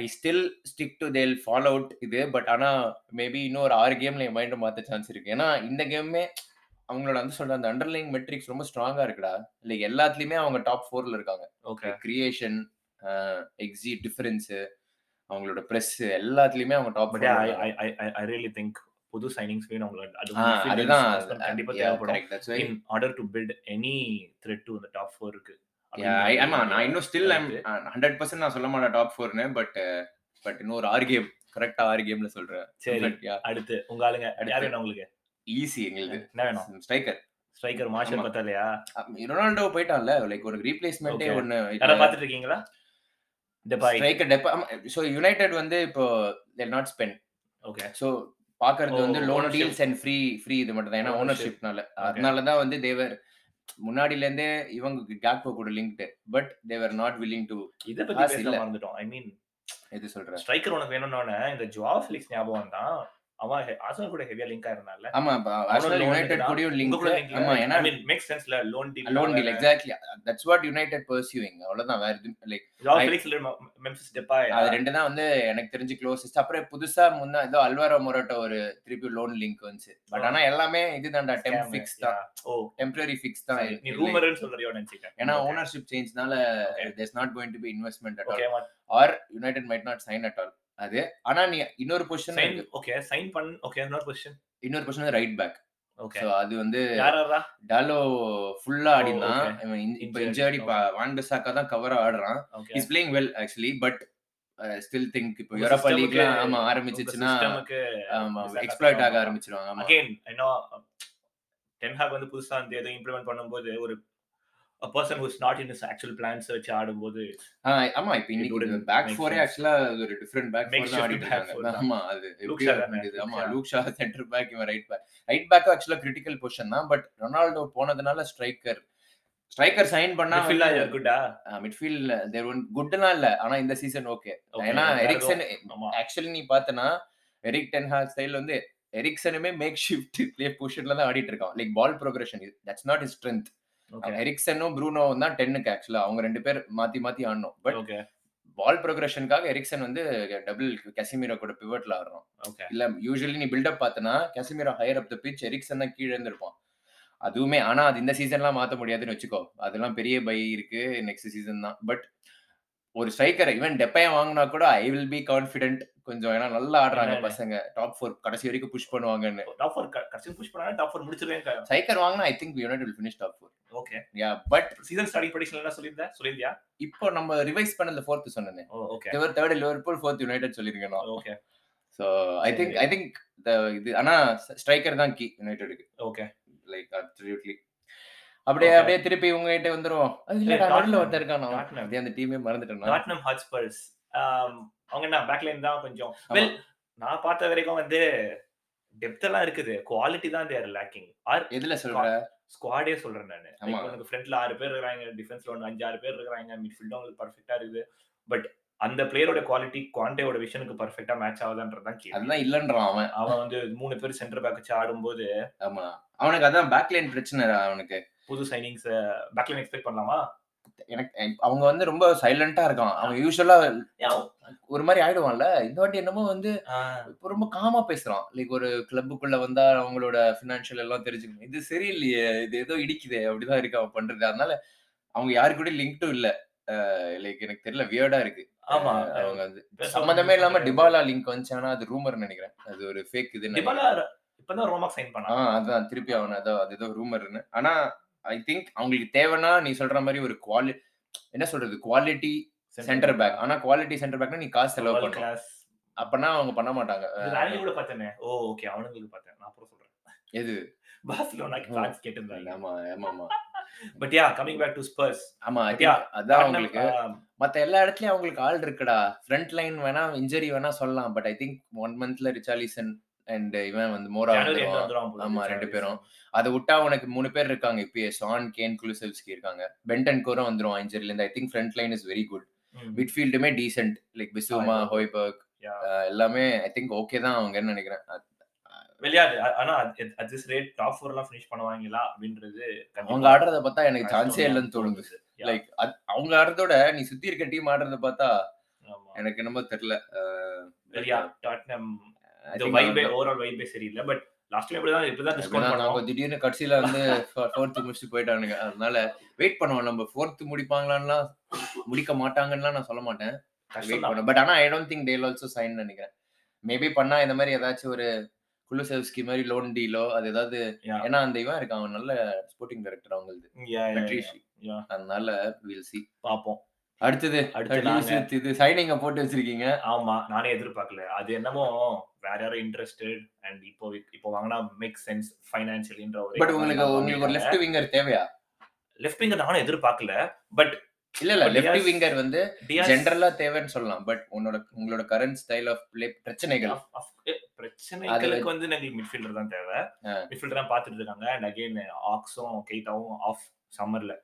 [SPEAKER 2] I still stick to they'll follow out இது பட் ஆனா மேபி இன்னும் ஒரு ஆறு கேம்ல என் மைண்ட் மாத்த சான்ஸ் இருக்கு ஏன்னா இந்த கேமுமே அவங்களோட வந்து சொல்ற அந்த அண்டர்லைங் மெட்ரிக்ஸ் ரொம்ப ஸ்ட்ராங்கா இருக்குடா லைக் எல்லாத்துலயுமே அவங்க டாப் ஃபோர்ல இருக்காங்க
[SPEAKER 1] ஓகே
[SPEAKER 2] கிரியேஷன் எக்ஸி டிஃபரன்ஸ் அவங்களோட பிரஸ் எல்லாத்துலயுமே அவங்க
[SPEAKER 1] but
[SPEAKER 2] top
[SPEAKER 1] I I I really think புது சைனிங்ஸ் வேணும் உங்களுக்கு அது
[SPEAKER 2] ஆ
[SPEAKER 1] midfield
[SPEAKER 2] அதுதான்
[SPEAKER 1] reinforcement கண்டிப்பா
[SPEAKER 2] Yeah,
[SPEAKER 1] தேவைப்படும்
[SPEAKER 2] correct. That's why-
[SPEAKER 1] in order to build any threat to இந்த டாப் 4 க்கு
[SPEAKER 2] Yeah, I- ஆமா நான் இன்னும் ஸ்டில் ஐம்
[SPEAKER 1] அடுத்து?
[SPEAKER 2] ஹண்ட்ரட் பர்சன்ட் நான் சொல்ல மாட்டேன் டாப் ஃபோர்னு பட் பட் இன்னும் ஒரு ஆறு கேம் கரெக்டா ஆறு கேம்ல சொல்றேன்
[SPEAKER 1] சரி அடுத்து உங்க ஆளுங்க யார் வேணும் உங்களுக்கு
[SPEAKER 2] ஈஸி எங்களுக்கு
[SPEAKER 1] என்ன வேணும்
[SPEAKER 2] ஸ்ட்ரைக்கர்
[SPEAKER 1] ஸ்ட்ரைக்கர் மார்ஷல்
[SPEAKER 2] ஆமா.
[SPEAKER 1] பத்தலையா
[SPEAKER 2] ரொனால்டோ போயிட்டான்ல லைக் ஒரு ரீப்ளேஸ்மெண்டே
[SPEAKER 1] Okay.
[SPEAKER 2] ஒண்ணு
[SPEAKER 1] யாரா பாத்துட்டு இருக்கீங்களா டெபாய்
[SPEAKER 2] ஸ்ட்ரைக்கர் டெப்பா சோ யுனைடெட் வந்து இப்போ they not spend
[SPEAKER 1] okay
[SPEAKER 2] so பாக்குறது
[SPEAKER 1] Oh,
[SPEAKER 2] வந்து loan
[SPEAKER 1] ownership.
[SPEAKER 2] Deals and free free இது மட்டும் தான் ஏன்னா
[SPEAKER 1] Ownership.
[SPEAKER 2] ஓனர்ஷிப்னால அதனால தான் வந்து தேவர் முன்னாடில இருந்தே இவங்க கேக்போ கூட linked but they're not willing to
[SPEAKER 1] இத பத்தி
[SPEAKER 2] காசு
[SPEAKER 1] பேச
[SPEAKER 2] இல்ல.
[SPEAKER 1] மறந்துட்டோம் ஐ மீன்
[SPEAKER 2] எது சொல்றேன்
[SPEAKER 1] ஸ்ட்ரைக்கர் உனக்கு வேணும்னோட இந்த ஜுவா ஃபிலிக்ஸ் ஞாபகம் தான் அவன் ஹெ- ஆர்சனல் கூட ஹெவியா லிங்க் ஆயிருந்தால
[SPEAKER 2] ஆமா
[SPEAKER 1] அவனோட
[SPEAKER 2] ஆர்சனல்
[SPEAKER 1] loan
[SPEAKER 2] யுனைடெட்
[SPEAKER 1] தான்.
[SPEAKER 2] கூடயும்
[SPEAKER 1] உங்க
[SPEAKER 2] லிங்க்
[SPEAKER 1] கூட link இல்ல.
[SPEAKER 2] ஆமா ஏன்னா
[SPEAKER 1] I mean, makes senseல, loan deal
[SPEAKER 2] லோன்
[SPEAKER 1] வேற.
[SPEAKER 2] Deal exactly that's what United pursuing அவ்வளவுதான் வேற எதுவும் லைக்
[SPEAKER 1] Joao
[SPEAKER 2] I-
[SPEAKER 1] Felix இல்ல Mem- Memphis Depay uh, ஆ?
[SPEAKER 2] அது ரெண்டு தான் வந்து எனக்கு தெரிஞ்சு க்ளோசஸ்ட் அப்புறம் புதுசா முன்னா ஏதோ அல்வாரோ மொரட்டோ ஒரு திருப்பி லோன் லிங்க் வந்துச்சு பட்
[SPEAKER 1] Oh.
[SPEAKER 2] ஆனா எல்லாமே இதுதான்டா டெம்ப்
[SPEAKER 1] Scam,
[SPEAKER 2] ஃபிக்ஸ்
[SPEAKER 1] yeah.
[SPEAKER 2] தான்
[SPEAKER 1] ஓ,
[SPEAKER 2] டெம்பரரி ஃபிக்ஸ் தான்
[SPEAKER 1] சரி, நீ
[SPEAKER 2] இல்லை.
[SPEAKER 1] ரூமர்னு சொல்றியோ நினைச்சிட்டேன்
[SPEAKER 2] ஏன்னா
[SPEAKER 1] Okay.
[SPEAKER 2] ஓனர்ஷிப் சேஞ்ச்னால
[SPEAKER 1] Okay.
[SPEAKER 2] There's not going to be investment at
[SPEAKER 1] Okay,
[SPEAKER 2] all
[SPEAKER 1] அவன்
[SPEAKER 2] or United might not sign at all அது ஆனா நீ இன்னொரு பொசிஷன்
[SPEAKER 1] sign- okay, sign பண்ணு. Okay, இன்னொரு question.
[SPEAKER 2] இன்னொரு position right back
[SPEAKER 1] Okay.
[SPEAKER 2] So அது வந்து
[SPEAKER 1] யார் யாரா?
[SPEAKER 2] டாலோ ஃபுல்லா ஆடினா
[SPEAKER 1] okay.
[SPEAKER 2] இவன் இன்- இப்ப
[SPEAKER 1] Injured,
[SPEAKER 2] இன்ஜர்டி வான் பிசாக்கா தான் கவர் ஆடுறான்
[SPEAKER 1] Okay.
[SPEAKER 2] Is playing well actually but still think uh, இப்போ
[SPEAKER 1] உங்க
[SPEAKER 2] யூரோப்பா
[SPEAKER 1] system
[SPEAKER 2] லீக்லாம்
[SPEAKER 1] க்கு-
[SPEAKER 2] ஆமா
[SPEAKER 1] உங்க
[SPEAKER 2] ஆரம்பிச்சிச்சுன்னா
[SPEAKER 1] system-க்கு
[SPEAKER 2] ஆமா
[SPEAKER 1] Bissaka
[SPEAKER 2] எக்ஸ்ப்ளாய்ட் ஆக
[SPEAKER 1] தேவை.
[SPEAKER 2] ஆரம்பிச்சிருவாங்க ஆமா
[SPEAKER 1] again, I know, uh, Ten Hag வந்து புதுசா வந்து ஏதோ implement பண்ணும்போது ஒரு a person who's not in his actual plans வச்சு ஆடும்போது
[SPEAKER 2] ஆ, ஆமா இப்போ இன்னைக்கு
[SPEAKER 1] wouldn't
[SPEAKER 2] பேக்
[SPEAKER 1] make
[SPEAKER 2] ஃபோரே
[SPEAKER 1] sense.
[SPEAKER 2] ஆக்சுவலா அது ஒரு டிஃபரெண்ட் பேக் ஃபோர்
[SPEAKER 1] Makeshift
[SPEAKER 2] தான் ஆடிட்டு
[SPEAKER 1] back four
[SPEAKER 2] இருக்காங்க
[SPEAKER 1] தான்.
[SPEAKER 2] ஆமா அது
[SPEAKER 1] Luke
[SPEAKER 2] எப்படியோ
[SPEAKER 1] Shaw தானே?
[SPEAKER 2] இருந்தது. ஆமா
[SPEAKER 1] Luke Shaw.
[SPEAKER 2] Luke Shaw centre back இவன் ரைட் பேக் ரைட் பேக் ஆக்சுவலா கிரிட்டிக்கல் பொசிஷன் தான் பட் ரொனால்டோ போனதுனால ஸ்ட்ரைக்கர் ஸ்ட்ரைக்கர் சைன் பண்ணா
[SPEAKER 1] midfield-ஆ you are good ah? ஆ?
[SPEAKER 2] மிட்ஃபீல்ட்ல தேர் ஒன் குட்லாம் இல்ல ஆனா இந்த சீசன் ஓகே
[SPEAKER 1] Okay,
[SPEAKER 2] ஏன்னா
[SPEAKER 1] எல்லாரும்
[SPEAKER 2] எரிக்சன்
[SPEAKER 1] ஆமா.
[SPEAKER 2] ஆக்சுவலி நீ பார்த்தனா எரிக் டென்ஹாக் ஸ்டைல் வந்து எரிக்சனுமே மேக் ஷிஃப்ட் பிளே பொசிஷன்ல தான் ஆடிட்டு இருக்கான் like ball progression that's not is strength
[SPEAKER 1] Okay,
[SPEAKER 2] எரிக்சனும் ப்ரூனோவும் தான் டென்னுக்கு ஆக்சுவலா அவங்க ரெண்டு பேர் மாத்தி மாத்தி ஆடணும் பட்
[SPEAKER 1] okay,
[SPEAKER 2] பால் ப்ரோக்ரஷனுக்காக எரிக்சன் வந்து டபுள் கசிமீரோ கூட பிவட்ல ஆடுறோம்
[SPEAKER 1] okay.
[SPEAKER 2] இல்ல யூஸ்வலி நீ பில்டப் பார்த்தனா Casemiro higher up the pitch Eriksen தான் கீழே இருந்திருப்பான் அதுவுமே ஆனா அது இந்த சீசன்லாம் மாத்த முடியாதுன்னு வச்சுக்கோ அதெல்லாம் பெரிய பை இருக்கு நெக்ஸ்ட் சீசன் தான் பட் ஒரு ஸ்ட்ரைக்கர் ஈவன் டெப்பையை வாங்கினா கூட ஐ வில் பி கான்ஃபிடென்ட் கொஞ்சம் ஏன்னா நல்லா ஆடுறாங்க
[SPEAKER 1] என்னன்னு?
[SPEAKER 2] பசங்க டாப் ஃபோர் கடைசி வரைக்கும் புஷ் பண்ணுவாங்கன்னு
[SPEAKER 1] Top four க- கடைசில push பண்ணாங்கன்னா top four முடிச்சிருவேன் க-
[SPEAKER 2] ஸ்ட்ரைக்கர் வாங்கினா I think United will finish top four
[SPEAKER 1] okay.
[SPEAKER 2] Yeah but
[SPEAKER 1] Season starting prediction என்ன சொல்லியிருந்த? சொல்லியிருந்தியா?
[SPEAKER 2] இப்போ நம்ம ரிவைஸ் பண்ணது ஃபோர்த் சொன்னேன்
[SPEAKER 1] Oh, okay,
[SPEAKER 2] third Liverpool fourth United சொல்லிருக்கேன் நான்.
[SPEAKER 1] okay,
[SPEAKER 2] so I think I think இது ஆனா ஸ்ட்ரைக்கர் தான் கி யுனைடெடுக்கு
[SPEAKER 1] okay.
[SPEAKER 2] லைக் அப்சல்யூட்லி அப்படியே
[SPEAKER 1] Okay.
[SPEAKER 2] அப்படியே திருப்பி உங்ககிட்ட வந்துருவோம் அது இல்லடா
[SPEAKER 1] Tottenham.
[SPEAKER 2] நடுல ஒருத்தன் இருக்கான் அவன்.
[SPEAKER 1] Tottenham.
[SPEAKER 2] அப்படியே அந்த டீமே மறந்துட்டேன் நான்.
[SPEAKER 1] டாட்னம் ஹாட்ஸ்பர்ஸ் அவங்க என்ன பேக்லைன் தான் கொஞ்சம்
[SPEAKER 2] ஆமா.
[SPEAKER 1] well, நான் பார்த்த வரைக்கும் வந்து டெப்த் எல்லாம் இருக்குது குவாலிட்டி தான் தேர் லேக்கிங் ஆர்
[SPEAKER 2] எதுல சொல்ற
[SPEAKER 1] ஸ்குவாடே சொல்றேன் நான்
[SPEAKER 2] ஆமா.
[SPEAKER 1] உனக்கு ஃப்ரண்ட்ல ஆறு பேர் இருக்கிறாங்க டிஃபென்ஸ்ல ஒன்று அஞ்சு ஆறு பேர் இருக்கிறாங்க மிட்ஃபீல்டும் உங்களுக்கு பர்ஃபெக்டா இருக்குது பட் அந்த பிளேயரோட குவாலிட்டி குவாண்டேவோட விஷனுக்கு பர்ஃபெக்டா மேட்ச் ஆகுதான்றதான் கேள்வி
[SPEAKER 2] அதுதான் இல்லன்றான் அவன்
[SPEAKER 1] அவன் வந்து மூணு பேர் சென்டர் பேக் வச்சு ஆடும்போது
[SPEAKER 2] ஆமா அவனுக்கு அதான் பேக்லைன் பிரச்சனைடா அவனுக்கு
[SPEAKER 1] புது சைனிங்ஸ் பேக்லைன் எக்ஸ்பெக்ட் பண்ணலாமா
[SPEAKER 2] எனக்கு எனக்கு- அவங்க வந்து ரொம்ப சைலண்டா இருக்கான் அவன் யூஸ்வலா ஒரு மாதிரி ஆயிடுவான்ல இந்த வாட்டி என்னமோ வந்து
[SPEAKER 1] ஆஹ்,
[SPEAKER 2] இப்ப ரொம்ப காமா பேசுறான் லைக் ஒரு கிளப்புக்குள்ள வந்தா அவங்களோட பினான்சியல் எல்லாம் தெரிஞ்சுக்கணும் இது சரியில்லையே இது ஏதோ இடிக்குதே அப்படிதான் இருக்கு அவன் பண்றது அதனால அவங்க யாரு கூட லிங்க்டும் இல்ல லைக் எனக்கு தெரியல வியர்டா இருக்கு
[SPEAKER 1] ஆமா
[SPEAKER 2] அஹ் அவங்க வந்து சம்மந்தமே இல்லாம டிபாலா லிங்க் வந்துச்சு ஆனா அது ரூமர் நினைக்கிறேன் அது ஒரு ஃபேக் இது
[SPEAKER 1] டிபாலா இப்பதான் ரோமாக் சைன் பண்ணா
[SPEAKER 2] ஆஹ் அதான் திருப்பி அவன் அதோ அது ஏதோ ரூமர்னு ஆனா ஐ திங்க் அவங்களுக்கு தேவைன்னா நீ சொல்ற மாதிரி ஒரு குவாலி என்ன சொல்றது குவாலிட்டி சென்டர் பேக் ஆனா குவாலிட்டி சென்டர் பேக்னா நீ காசு செலவு
[SPEAKER 1] வேர்ல்ட்
[SPEAKER 2] பண்ணணும்
[SPEAKER 1] கிளாஸ்
[SPEAKER 2] அப்பனா அவங்க பண்ண மாட்டாங்க
[SPEAKER 1] நானே கூட பார்த்தேனே ஓ ஓகே அவனுங்களுக்கு பார்த்தேன் நான் அப்புறம் சொல்றேன்
[SPEAKER 2] எது
[SPEAKER 1] பார்சிலோனாக்கு
[SPEAKER 2] Oh.
[SPEAKER 1] ஃபேன்ஸ் கேட்டிருந்தாங்க
[SPEAKER 2] ஆமா ஆமா ஆமா
[SPEAKER 1] but yeah coming back to Spurs
[SPEAKER 2] ஆமா I
[SPEAKER 1] But
[SPEAKER 2] think
[SPEAKER 1] yeah,
[SPEAKER 2] அதான் அவங்களுக்கு மத்த எல்லா இடத்துலயும் அவங்களுக்கு ஆள் இருக்குடா ஃப்ரண்ட் லைன் வேணா இன்ஜரி வேணா சொல்லலாம் பட் ஐ திங்க் ஒன் மந்த்ல ரிச்சாலிசன் அண்ட் இவன் வந்து மோரா
[SPEAKER 1] ஜனவரி
[SPEAKER 2] வந்துருவான்.
[SPEAKER 1] வந்துரும்
[SPEAKER 2] ஆமா, ரெண்டு பேரும். அதை விட்டா உனக்கு மூணு பேர் இருக்காங்க இப்பயே சான் கேன் குலுசெல்ஸ்கி இருக்காங்க பென்டன் கோரும் வந்துருவான் இன்ஜரில இருந்து I think front line is very good மிட்ஃபீல்டுமே டீசென்ட் லைக் பிசுமா
[SPEAKER 1] ஆமா.
[SPEAKER 2] Hojbjerg
[SPEAKER 1] Yeah.
[SPEAKER 2] uh, எல்லாமே ஐ திங்க் ஓகே தான் அவங்கன்னு நினைக்கிறேன் அது-
[SPEAKER 1] வெளியாது ஆ- ஆனா at this rate top four எல்லாம் ஃபினிஷ் பண்ணுவாங்களா அப்படின்றது கண்டிப்பா
[SPEAKER 2] அவங்க ஆடுறத பார்த்தா எனக்கு சான்ஸே
[SPEAKER 1] கஷ்டம் தான்
[SPEAKER 2] இல்லைன்னு தோணுது
[SPEAKER 1] Yeah.
[SPEAKER 2] லைக் அவங்க ஆடுறதோட நீ சுத்தி இருக்க டீம் ஆடுறத பார்த்தா
[SPEAKER 1] ஆமா.
[SPEAKER 2] எனக்கு என்னமோ தெரியல அஹ்,
[SPEAKER 1] But yeah, Tottenham,
[SPEAKER 2] I
[SPEAKER 1] the
[SPEAKER 2] think
[SPEAKER 1] vibe
[SPEAKER 2] அவங்க-
[SPEAKER 1] overall vibe ஏ சரியில்லை. But last time இப்படிதான் இப்படிதான் discount
[SPEAKER 2] எப்படின்னா
[SPEAKER 1] பண்ணோம்.
[SPEAKER 2] நாங்க திடீர்னு கடைசியில வந்து ஃபோர்த் முடிச்சுட்டு போயிட்டானுங்க அதனால வெயிட் பண்ணுவோம் நம்ம ஃபோர்த் முடிப்பாங்களான்லாம் முடிக்க மாட்டாங்கன்னுலாம் நான் சொல்ல மாட்டேன் வெயிட்
[SPEAKER 1] கஷ்டம்
[SPEAKER 2] பண்ணுவோம் பட் ஆனா I don't think they'll also sign நினைக்கிறேன் மேபி பண்ணா இந்த மாதிரி ஏதாச்சும் ஒரு குலுசெவ்ஸ்கி மாதிரி லோன் டீலோ அது ஏதாவது
[SPEAKER 1] Yeah.
[SPEAKER 2] ஏன்னா அந்த இவன் இருக்கான் அவன் நல்ல ஸ்போர்ட்டிங் டைரக்டர் அவங்களுக்கு
[SPEAKER 1] Yeah, yeah, yeah.
[SPEAKER 2] Paratici
[SPEAKER 1] Yeah.
[SPEAKER 2] அதனால வில் சி
[SPEAKER 1] பார்ப்போம்
[SPEAKER 2] அடுத்தது
[SPEAKER 1] அடுத்து
[SPEAKER 2] அடுத்து
[SPEAKER 1] நாங்க.
[SPEAKER 2] இது- இது சைனிங்க போட்டு வச்சிருக்கீங்க
[SPEAKER 1] ஆமா நானே எதிர்பார்க்கல அது என்னமோ வேற யாரும் இன்ட்ரெஸ்டட் அண்ட் இப்போ இப்போ வாங்கினா மேக் சென்ஸ் ஃபைனான்சியல்ன்ற ஒரு
[SPEAKER 2] பட் உங்களுக்கு உங்களுக்கு ஒரு லெஃப்ட் விங்கர் தேவையா
[SPEAKER 1] லெஃப்ட் விங்கர் நானும் எதிர்பார்க்கல
[SPEAKER 2] இல்ல இல்ல
[SPEAKER 1] But
[SPEAKER 2] லெஃப்ட்
[SPEAKER 1] Diaz-
[SPEAKER 2] விங்கர் வந்து
[SPEAKER 1] டியாஸ்
[SPEAKER 2] ஜென்ரலா தேவைன்னு சொல்லலாம் பட் உன்னோட உங்களோட கரண்ட் ஸ்டைல் ஆஃப் பிளே பிரச்சனைகள்
[SPEAKER 1] Of- of- eh, பிரச்சனைகளுக்கு வந்து எங்களுக்கு மிட்ஃபீல்டர் தான் தேவை
[SPEAKER 2] ஆ.
[SPEAKER 1] மிட்ஃபீல்டர் தான் பார்த்துட்டு இருக்காங்க அண்ட் அகைன் ஆக்ஸும் கெய்தாவும் ஆஃப் சம்மர்ல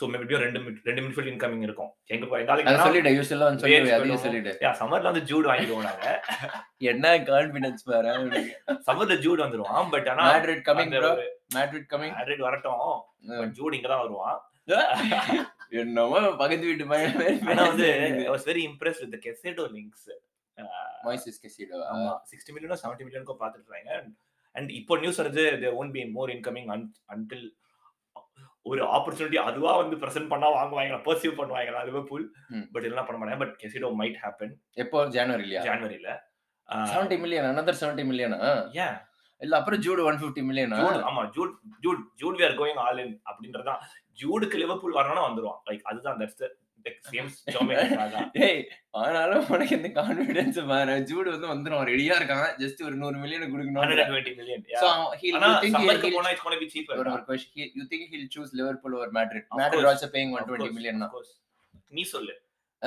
[SPEAKER 1] சோ மேபி ரெண்டு mid- ரெண்டு மிட்ஃபீல்ட் இன்கமிங் இருக்கும் எங்க போ- எங்க
[SPEAKER 2] அத
[SPEAKER 1] ஆளுக்கு
[SPEAKER 2] சொல்லிடு யூஸ்வலா வந்து
[SPEAKER 1] Diaz
[SPEAKER 2] சொல்லிடு அதையும்
[SPEAKER 1] சொல்லுவோம்.
[SPEAKER 2] சொல்லிடு
[SPEAKER 1] சம்மர்ல வந்து ஜூட் வாங்கிடுவோம் நாங்க
[SPEAKER 2] என்ன கான்பிடன்ஸ் பாரு
[SPEAKER 1] சம்மர்ல ஜூட் வந்துருவான் பட் ஆனா
[SPEAKER 2] மேட்ரிட் கமிங்
[SPEAKER 1] அந்த
[SPEAKER 2] ப்ரோ
[SPEAKER 1] ஒரு
[SPEAKER 2] மேட்ரிட் கமிங்
[SPEAKER 1] Madrid வரட்டும் ஜூட் இங்க தான் வருவான்
[SPEAKER 2] என்னமோ பக்கத்து வீட்டு பையன் [laughs]
[SPEAKER 1] ஆனா வந்து I was very impress with Caicedo links
[SPEAKER 2] Moises Caicedo
[SPEAKER 1] ஆமா சிக்ஸ்டி மில்லியனோ செவன்டி மில்லியனுக்கோ பார்த்துட்டு இருக்காங்க அண்ட் இப்போ நியூஸ் வருது they won't be more incoming until ஒரு ஆப்பர்ச்சுனிட்டி அதுவா வந்து பிரசன்ட் பண்ணா வாங்குவாங்க பர்சீவ் பண்ணுவாங்க அதுவே புல்
[SPEAKER 2] Hmm.
[SPEAKER 1] பட் இதெல்லாம் பண்ண மாட்டாங்க பட் கெசிடோ மைட் ஹேப்பன்
[SPEAKER 2] எப்போ ஜனவரி இல்லையா
[SPEAKER 1] ஜான்வரியில
[SPEAKER 2] செவன்டி மில்லியன் அனதர் செவன்டி மில்லியனா
[SPEAKER 1] ஏன்
[SPEAKER 2] இல்ல அப்புறம் ஜூடு ஒன் பிப்டி மில்லியனா
[SPEAKER 1] ஜூட் ஆமா Jude Jude Jude we are going all in அப்படின்றதுதான் ஜூடுக்கு லிவர்பூல் வரணும்னா வந்துருவான் லைக் அதுதான் தட்ஸ்
[SPEAKER 2] [laughs]
[SPEAKER 1] சேம் ஜோமே
[SPEAKER 2] ஏய் ஆனாலும் உனக்கு இந்த கான்பிடன்ஸ் பாரு ஜூடு வந்து வந்துடும் ரெடியா இருக்கான் ஜஸ்ட் ஒரு நூறு மில்லியன்
[SPEAKER 1] ஹண்ட்ரட்
[SPEAKER 2] கொடுக்கணும்
[SPEAKER 1] அண்ட் டுவெண்ட்டி மில்லியன்
[SPEAKER 2] So, அவன்- he'll-
[SPEAKER 1] ஆனா
[SPEAKER 2] you think he'll-
[SPEAKER 1] சம்மருக்கு
[SPEAKER 2] he'll-
[SPEAKER 1] போனா இட்ஸ் கோனா பி சீப்பர்
[SPEAKER 2] ஒரு- ஒரு question. He- you think he'll choose Liverpool over Madrid?
[SPEAKER 1] Of
[SPEAKER 2] Madrid
[SPEAKER 1] course.
[SPEAKER 2] also paying 120 million now.
[SPEAKER 1] Of course. நீ சொல்லு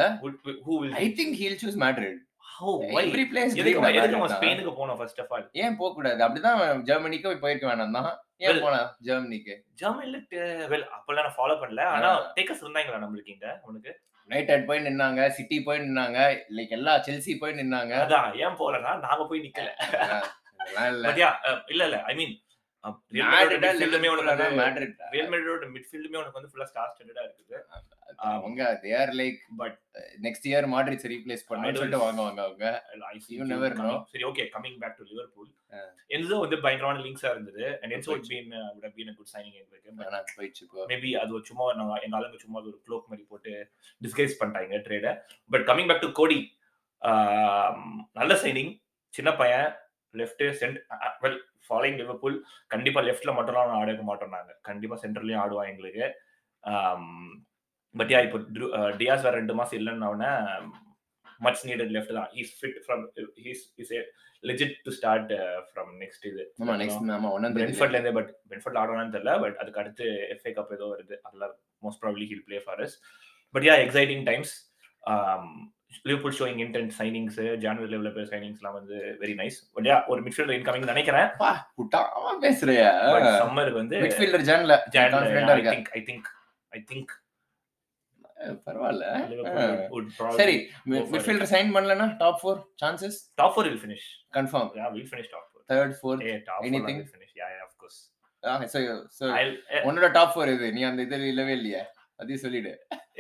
[SPEAKER 2] ஆ?
[SPEAKER 1] Who- who will
[SPEAKER 2] I think he'll choose Madrid.
[SPEAKER 1] how why
[SPEAKER 2] Every players
[SPEAKER 1] எதுக்கு
[SPEAKER 2] green
[SPEAKER 1] அவன்-
[SPEAKER 2] தான்
[SPEAKER 1] எதுக்கு அவன்
[SPEAKER 2] Madrid தான்.
[SPEAKER 1] ஸ்பெயினுக்கு போனோம் ஃபர்ஸ்ட் ஆஃப் ஆல்
[SPEAKER 2] ஏன் போக கூடாது அப்படிதான் அவன் ஜெர்மனிக்கு போய் போயிருக்க வேணாம் தான் ஏன்
[SPEAKER 1] Well-
[SPEAKER 2] போனா ஜெர்மனிக்கு
[SPEAKER 1] ஜெர்மன்ல வெல் அப்பெல்லாம் நான் ஃபாலோ பண்ணல ஆனா
[SPEAKER 2] ஆ.
[SPEAKER 1] டேக்கஸ் இருந்தாங்களா நம்மளுக்கு இங்க உனக்கு
[SPEAKER 2] யுனைடெட் போய் நின்னாங்க சிட்டி போய் நின்னாங்க லைக் எல்லா செல்சி போய் நின்னாங்க
[SPEAKER 1] அதான் ஏன் போலனா நாங்க போய் நிக்கல
[SPEAKER 2] அதெல்லாம் இல்ல
[SPEAKER 1] பட் யா இல்ல இல்ல ஐ மீன்
[SPEAKER 2] Madrid ஆ
[SPEAKER 1] ரியல்
[SPEAKER 2] Liverpool ஆனா Madrid ஆ?
[SPEAKER 1] மேடோட மிட்ஃபீல்டுமே உனக்கு வந்து ஃபுல்லா ஸ்டார் ஸ்டாண்டர்டா இருக்குது
[SPEAKER 2] அவங்க they are like but uh,
[SPEAKER 1] But-
[SPEAKER 2] next year Madrid replace
[SPEAKER 1] I
[SPEAKER 2] பண்ணு
[SPEAKER 1] don't-
[SPEAKER 2] சொல்லிட்டு வாங்குவாங்க அவங்க
[SPEAKER 1] And I see
[SPEAKER 2] You never
[SPEAKER 1] coming-
[SPEAKER 2] know.
[SPEAKER 1] சரி okay coming back to Liverpool
[SPEAKER 2] ஆ.
[SPEAKER 1] என்சோ வந்து பயங்கரமான லிங்க்ஸா இருந்தது அண்ட் என்சோ
[SPEAKER 2] போயிடுச்சு.
[SPEAKER 1] Been would have been a good signing எங்களுக்கு
[SPEAKER 2] ஆனா போயிடுச்சு இப்போ
[SPEAKER 1] மேபி அது ஒரு சும்மா நம்ம எங்க ஆளுங்க சும்மா அது ஒரு க்ளோக் மாதிரி போட்டு டிஸ்கைஸ் பண்ணிட்டாங்க ட்ரேடை but coming back to Cody ஆம், நல்ல சைனிங் சின்ன பையன் left centre well following Liverpool கண்டிப்பா லெஃப்ட்ல மட்டும்லாம் ஆட வைக்க மாட்டோம் நாங்க கண்டிப்பா சென்டர்லயும் ஆடுவான் எங்களுக்கு பட் யா இப்போ ட்ரு- அஹ், டியாஸ் வேற ரெண்டு மாசம் இல்லைன்னொடனே மச் நீடட் லெஃப்ட் தான் is fit from his is legit to start from next இது
[SPEAKER 2] ஆமா நெக்ஸ்ட் ஆமா ஒன்னாம்
[SPEAKER 1] பிரென்ஃபர்ட்ல
[SPEAKER 2] தேதி
[SPEAKER 1] இருந்தே பட் பிரென்ஃபர்ட்ல ஆடுவானு தெரியல பட் அதுக்கு அடுத்து எஃப்ஏ கப் ஏதோ வருது அதுல most probably he'll play for us but yeah exciting times Um, Liverpool showing intent signings January லெவலில் பேர் சைனிங்ஸ்லாம் வந்து வெரி நைஸ் பட் யா ஒரு மிட்ஃபீல்டர் இன்கமிங் நினைக்கிறேன்
[SPEAKER 2] பா புட்டா ஆமா பேசுறியா
[SPEAKER 1] பட் சம்மருக்கு வந்து
[SPEAKER 2] மிட்ஃபீல்டர் ஜான்ல கான்ஃபிடண்டா
[SPEAKER 1] ஐ
[SPEAKER 2] இருக்கா
[SPEAKER 1] think I think I think
[SPEAKER 2] பரவாயில்ல சரி
[SPEAKER 1] சரி for
[SPEAKER 2] மிட்ஃபீல்டர் சைன் பண்ணலனா top 4 chances
[SPEAKER 1] top four will finish
[SPEAKER 2] confirm
[SPEAKER 1] yeah will finish top four
[SPEAKER 2] third fourth
[SPEAKER 1] ஏ top four
[SPEAKER 2] Anything?
[SPEAKER 1] Will finish yeah yeah of course
[SPEAKER 2] so so
[SPEAKER 1] I
[SPEAKER 2] உன்னோட top 4 இது நீ அந்த இதுல இல்லவே இல்லையே அதையும் சொல்லிடு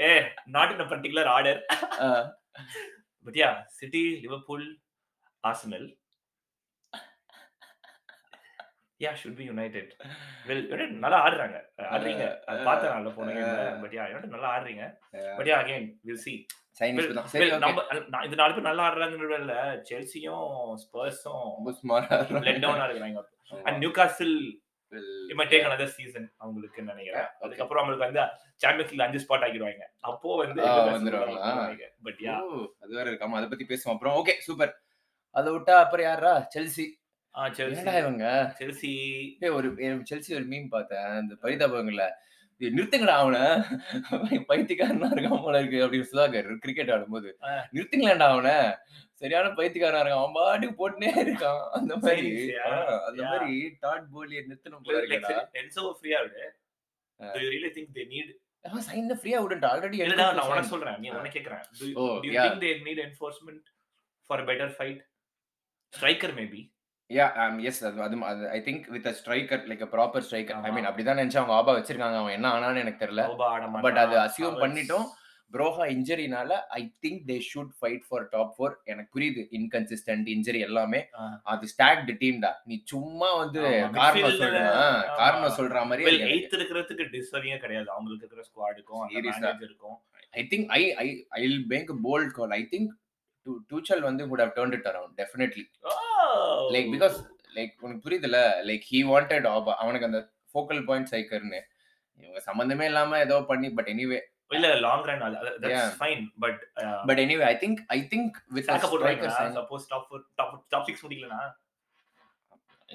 [SPEAKER 1] ஏ not in a particular order
[SPEAKER 2] ஆ,
[SPEAKER 1] But yeah, City, Liverpool, Arsenal. Yeah, should be United. Well, United நல்லா ஆடுறாங்க ஆடுறீங்க அது
[SPEAKER 2] Uh,
[SPEAKER 1] பார்த்தேன் நல்லா போனீங்க
[SPEAKER 2] uh,
[SPEAKER 1] பட் யா United நல்லா ஆடுறீங்க
[SPEAKER 2] Yeah.
[SPEAKER 1] But yeah again will see
[SPEAKER 2] sign தான் சரி okay.
[SPEAKER 1] நம்ம நான் இந்த நாலு பேர் நல்லா ஆடுறாங்கன்னு இல்ல செல்சியும் ஸ்பர்ஸும்
[SPEAKER 2] ரொம்ப ஸ்மார்ட்டா
[SPEAKER 1] லெட் டவுன் ஆடுறாங்க and Newcastle it take another season அவங்களுக்கு நினைக்கிறேன் அதுக்கப்புறம் அவங்களுக்கு வந்து சாம்பியன்ஸ் லீக்ல அஞ்சு ஸ்பாட் ஆக்கிடுவாங்க அப்போ வந்து
[SPEAKER 2] Ah, வந்துருவாங்களா?
[SPEAKER 1] பட் யா
[SPEAKER 2] அது வேற இருக்காம அத பத்தி பேசுவோம் அப்புறம் ஓகே சூப்பர் அத விட்டா அப்புறம் யாரா செல்சி என்னடா
[SPEAKER 1] செல்சி
[SPEAKER 2] இவங்க
[SPEAKER 1] செல்சி
[SPEAKER 2] ஏய், ஒரு எனக்கு செல்சி ஒரு மீன் பார்த்தேன் அந்த பரிதாபங்கள்ல ஏய், நிறுத்துங்கடா அவனை பை- பைத்தியக்காரனா இருக்கான் போல இருக்கு அப்படின்னு சுதாகர் கிரிக்கெட் ஆடும்போது
[SPEAKER 1] ஆ.
[SPEAKER 2] நிறுத்துங்களேன்டா அவனை சரியான பைத்தியக்காரனா இருக்கான் அவன் பாட்டுக்கு போட்டுனே இருக்கான் அந்த மாதிரி
[SPEAKER 1] சரியா?
[SPEAKER 2] ஆ, அந்த
[SPEAKER 1] யா.
[SPEAKER 2] மாதிரி டாட் போலியை நிறுத்தணும் போல
[SPEAKER 1] like
[SPEAKER 2] இருக்கடா
[SPEAKER 1] Enzo free ஆகுது
[SPEAKER 2] Ah.
[SPEAKER 1] do you really think they need
[SPEAKER 2] அவன் சைன் ஃப்ரீயா விடுன்ட்டு ஆல்ரெடி
[SPEAKER 1] இல்லடா நான் உனக்கு சொல்றேன் நீ உனக்கு கேக்குறேன் do you,
[SPEAKER 2] oh
[SPEAKER 1] do you
[SPEAKER 2] yeah
[SPEAKER 1] think they need enforcement for a better fight striker maybe
[SPEAKER 2] yeah um yes அது அது I think with a striker like a proper striker I mean
[SPEAKER 1] ஆமா.
[SPEAKER 2] அப்படிதான் நினைச்சு அவங்க ஆபா வச்சிருக்காங்க அவன் என்ன ஆனான்னு எனக்கு தெரியல
[SPEAKER 1] Alba ஆட மாட்டான்.
[SPEAKER 2] பட் அது அசியூம்
[SPEAKER 1] அவன்
[SPEAKER 2] பண்ணிட்டோம் ப்ரோஹா இன்ஜரினால I think they should fight for top four எனக்கு புரியுது இன்கன்சிஸ்டன்ட் இன்ஜரி எல்லாமே
[SPEAKER 1] ஆ.
[SPEAKER 2] அது ஸ்டாக்டு டீம் தான் நீ சும்மா வந்து
[SPEAKER 1] ஆமா,
[SPEAKER 2] காரணம்
[SPEAKER 1] midfield-ல-
[SPEAKER 2] சொல்ற
[SPEAKER 1] ஆமா.
[SPEAKER 2] காரணம் சொல்ற
[SPEAKER 1] well,
[SPEAKER 2] மாதிரி
[SPEAKER 1] eighth இருக்கிறதுக்கு deserving-ஏ கிடையாது அவங்களுக்கு இருக்கிற squad க்கும், அந்த
[SPEAKER 2] Serious-ஆ.
[SPEAKER 1] manager க்கும்.
[SPEAKER 2] I think I I I will make bold call I think Tuchel வந்து would have turned it around definitely
[SPEAKER 1] Oh!
[SPEAKER 2] Like because like உனக்கு புரியுதுல லைக் ஹீ வாண்டட் ஆபா அவனுக்கு அந்த ஃபோக்கல் பாயிண்ட் சைக்கர்னு இவங்க சம்மந்தமே இல்லாம ஏதோ பண்ணி பட் எனிவே
[SPEAKER 1] இல்ல long run
[SPEAKER 2] Yeah.
[SPEAKER 1] That's fine but
[SPEAKER 2] but anyway I think I think with
[SPEAKER 1] சாக்க போட்டுருவாங்க suppose top top top six முடியலனா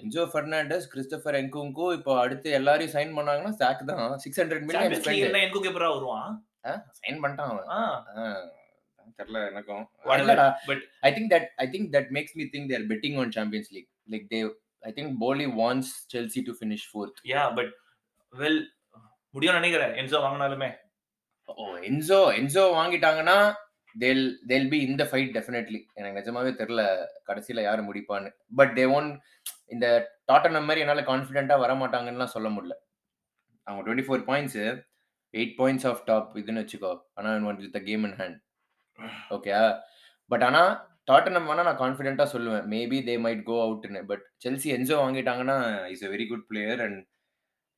[SPEAKER 2] என்ஜோ ஃபெர்னாண்டஸ் கிறிஸ்டோபர் என்குங்கு இப்போ அடுத்து எல்லாரையும் சைன் பண்ணாங்கன்னா சாக் தான் சிக்ஸ் ஹண்ட்ரட் மில்லியன்
[SPEAKER 1] சாம்பியன்ஸ் லீக்ல என்குக்கு எப்பறா வருவான்
[SPEAKER 2] சைன் பண்ணிட்டான் அவன்
[SPEAKER 1] ஆ
[SPEAKER 2] ஆ, தெரியல எனக்கும் இல்லடா
[SPEAKER 1] but
[SPEAKER 2] I think that I think that makes me think they're betting on champions League like they I think Boehly wants Chelsea to finish fourth
[SPEAKER 1] yeah but well முடியும் நினைக்கிறேன் என்சோ வாங்கினாலுமே
[SPEAKER 2] ஓ என்சோ என்சோ வாங்கிட்டாங்கன்னா they'll they'll be இந்த fight definitely எனக்கு நிஜமாவே தெரில கடைசியில் யார் முடிப்பான்னு பட் தே ஒன் இந்த டாட்டனம் மாதிரி என்னால் கான்ஃபிடென்ட்டாக வர மாட்டாங்கன்னுலாம் சொல்ல முடியல அவங்க twenty four points eight points off top இதுன்னு வச்சுக்கோ ஆனால் one with game in hand okay but ஆனால் டாட்டனம் வேணால் நான் கான்ஃபிடென்ட்டாக சொல்லுவேன் மேபி தே மைட் கோ அவுட்னு பட் செல்சி என்ஜோ வாங்கிட்டாங்கன்னா இஸ் a very good player and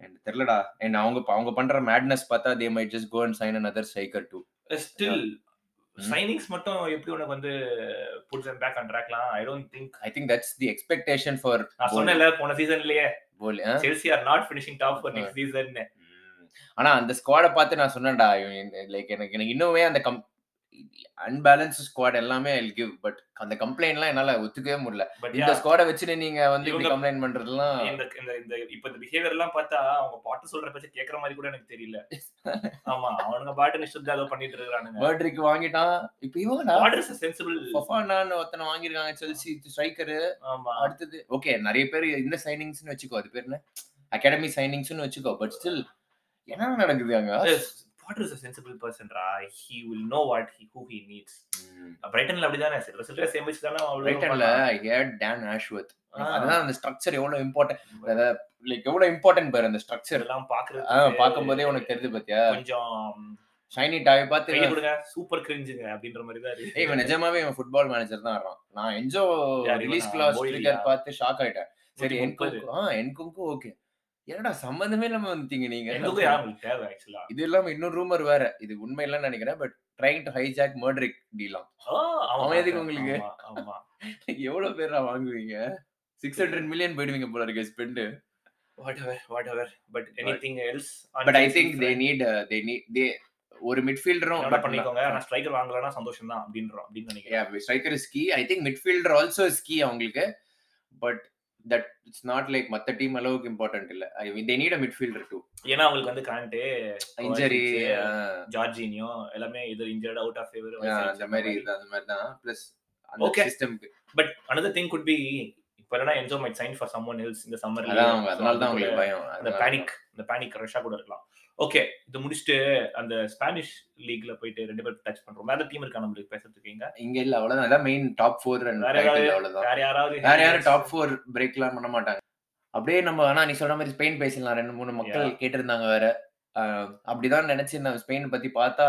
[SPEAKER 2] எனக்கு தெரிலடா அண்ட் அவங்க அவங்க பண்ற மேட்னஸ் பார்த்தா they might just go and sign another striker too
[SPEAKER 1] still
[SPEAKER 2] Hmm.
[SPEAKER 1] Signings Uh, மட்டும் எப்படி உனக்கு வந்து புட்ஸ் அண்ட் பேக் அண்ட்ராக்லாம் I don't think
[SPEAKER 2] I think that's the expectation for
[SPEAKER 1] நான் சொன்னேன்ல போன சீசன்லயே
[SPEAKER 2] goal
[SPEAKER 1] Chelsea are not finishing top for next season
[SPEAKER 2] ஆனா அந்த ஸ்குவாடை பார்த்து நான் சொன்னேன்டா லைக் எனக்கு எனக்கு இன்னுமே அந்த கம் அன்பேலன்ஸ் ஸ்குவாட் எல்லாமே ஐ கிவ் பட் அந்த கம்ப்ளைண்ட்லாம் என்னால ஒத்துக்கவே முடியல
[SPEAKER 1] பட்
[SPEAKER 2] இந்த ஸ்குவாடை வச்சுட்டு நீங்க வந்து இப்படி
[SPEAKER 1] இவங்க-
[SPEAKER 2] கம்ப்ளைண்ட் பண்றதுலாம்
[SPEAKER 1] இந்த இந்த இந்த இப்ப இந்த பிஹேவியர் எல்லாம் பார்த்தா அவங்க பாட்டு சொல்ற பேச்ச கேக்குற மாதிரி கூட எனக்கு தெரியல ஆமா அவனுங்க பாட்டு நிஷ்டா ஏதோ பண்ணிட்டு இருக்கானுங்க
[SPEAKER 2] பேர்ட்ரிக்கு வாங்கிட்டான் இப்போ இவங்கடா
[SPEAKER 1] வாட்டர் இஸ் சென்சிபிள்
[SPEAKER 2] பஃபானான்னு ஒருத்தனை வாங்கியிருக்காங்க செல்சி ஸ்ட்ரைக்கர்
[SPEAKER 1] ஆமா
[SPEAKER 2] அடுத்தது ஓகே நிறைய பேர் இந்த சைனிங்ஸ்னு வச்சுக்கோ அது பேர் என்ன அகாடமி சைனிங்ஸ்னு வச்சுக்கோ பட் ஸ்டில் என்ன நடக்குது அங்க
[SPEAKER 1] வாட்டர் இஸ் சென்சிபிள் பர்சன்டா he will know what he who he needs பிரைட்டன்ல அப்படிதானே சில சில சேம் வச்சு தானே அவ்வளவு
[SPEAKER 2] ரைட்டர்ல ஹேட் டான் ஆஷ்வர்த்
[SPEAKER 1] ஆ.
[SPEAKER 2] அதுதான் அந்த ஸ்ட்ரக்சர் எவ்வளவு இம்பார்ட்டன்ட் லைக் எவ்வளவு இம்பார்ட்டன்ட் பாரு அந்த ஸ்ட்ரக்சர்
[SPEAKER 1] இதெல்லாம்
[SPEAKER 2] ஆ
[SPEAKER 1] பாக்குறது
[SPEAKER 2] பாக்கும்போதே உனக்கு தெரியுது பாத்தியா
[SPEAKER 1] கொஞ்சம்
[SPEAKER 2] ஷைனி டாய்
[SPEAKER 1] கையை
[SPEAKER 2] பார்த்து
[SPEAKER 1] கொடுங்க சூப்பர் கிரிஞ்சுங்க அப்படின்ற மாதிரி தான்
[SPEAKER 2] ஏய் இவன் நிஜமாவே இவன் ஃபுட்பால் மேனேஜர் தான் ஆடுறான் நான் என்ஜோ
[SPEAKER 1] யார் இவனா?
[SPEAKER 2] ரிலீஸ் கிளாஸ்
[SPEAKER 1] போயிலியா?
[SPEAKER 2] ட்ரிகர் பார்த்து ஷாக் ஆயிட்டேன் சரி
[SPEAKER 1] நூத்தி முப்பது.
[SPEAKER 2] என்குக்கு ஆ என்குக்கு ஓகே என்னடா சம்மந்தமே இல்லாம வந்துட்டீங்க
[SPEAKER 1] எனக்கு
[SPEAKER 2] நீங்க
[SPEAKER 1] யாரும் உங்களுக்கு தேவை ஆக்சுவலா
[SPEAKER 2] இது இல்லாம இன்னொரு ரூமர் வேற இது உண்மை இல்லைன்னு நினைக்கிறேன் but trying to hijack Mudryk டீலாம் அவன் எதுக்கு உங்களுக்கு?
[SPEAKER 1] ஆமா
[SPEAKER 2] [laughs] எவ்வளவு பேரா வாங்குவீங்க சிக்ஸ் ஹண்ட்ரட் மில்லியன் போயிடுவீங்க போல இருக்கு spend
[SPEAKER 1] whatever whatever but anything else
[SPEAKER 2] but I think they need they need they ஒரு மிட்ஃபீல்டரும்
[SPEAKER 1] என்ன பண்ணிக்கோங்க நான் ஸ்ட்ரைக்கர் வாங்கலனா சந்தோஷம் தான் அப்படின்றோம் அப்படின்னு நினைக்கிறேன்
[SPEAKER 2] striker is key I think midfielder also is key அவங்களுக்கு but that it's not like மத்த டீம் அளவுக்கு இம்பார்ட்டன்ட் இல்ல they need a midfielder too
[SPEAKER 1] ஏன்னா அவங்களுக்கு வந்து காண்டே
[SPEAKER 2] இன்ஜரி
[SPEAKER 1] ஜார்ஜினியோ எல்லாமே இது injured out of favour
[SPEAKER 2] uh, அந்த மாதிரி இது அந்த மாதிரி தான் பிளஸ் அந்த
[SPEAKER 1] Okay.
[SPEAKER 2] சிஸ்டம்க்கு
[SPEAKER 1] but another thing could be இப்போ என்னன்னா Enzo might sign for summon hells இந்த சம்மர்ல
[SPEAKER 2] அதான் அவங்க அதனால தான் அவங்களுக்கு பயம்
[SPEAKER 1] அந்த
[SPEAKER 2] அதனால தான்.
[SPEAKER 1] பேனிக் இந்த பேனிக் ரஷ்யா கூட இருக்கலாம் ஓகே இது முடிச்சுட்டு அந்த ஸ்பானிஷ் லீக்ல போயிட்டு ரெண்டு பேர் டச் பண்றோம் வேற டீம் இருக்கா நம்மளுக்கு பேசுறதுக்கு இங்க
[SPEAKER 2] இங்க இல்ல அவ்வளவுதான் அதான் மெயின் டாப் ஃபோர்
[SPEAKER 1] வேற யாராவது-
[SPEAKER 2] அவ்வளவுதான்
[SPEAKER 1] வேற யாராவது
[SPEAKER 2] வேற யாரும் டாப் ஃபோர் பிரேக்லாம் பண்ண மாட்டாங்க அப்படியே நம்ம ஆனா நீ சொல்ற மாதிரி ஸ்பெயின் பேசலாம் ரெண்டு மூணு மக்கள் கேட்டிருந்தாங்க வேற அஹ் அப்படிதான் நினைச்சு நான் ஸ்பெயின் பத்தி பார்த்தா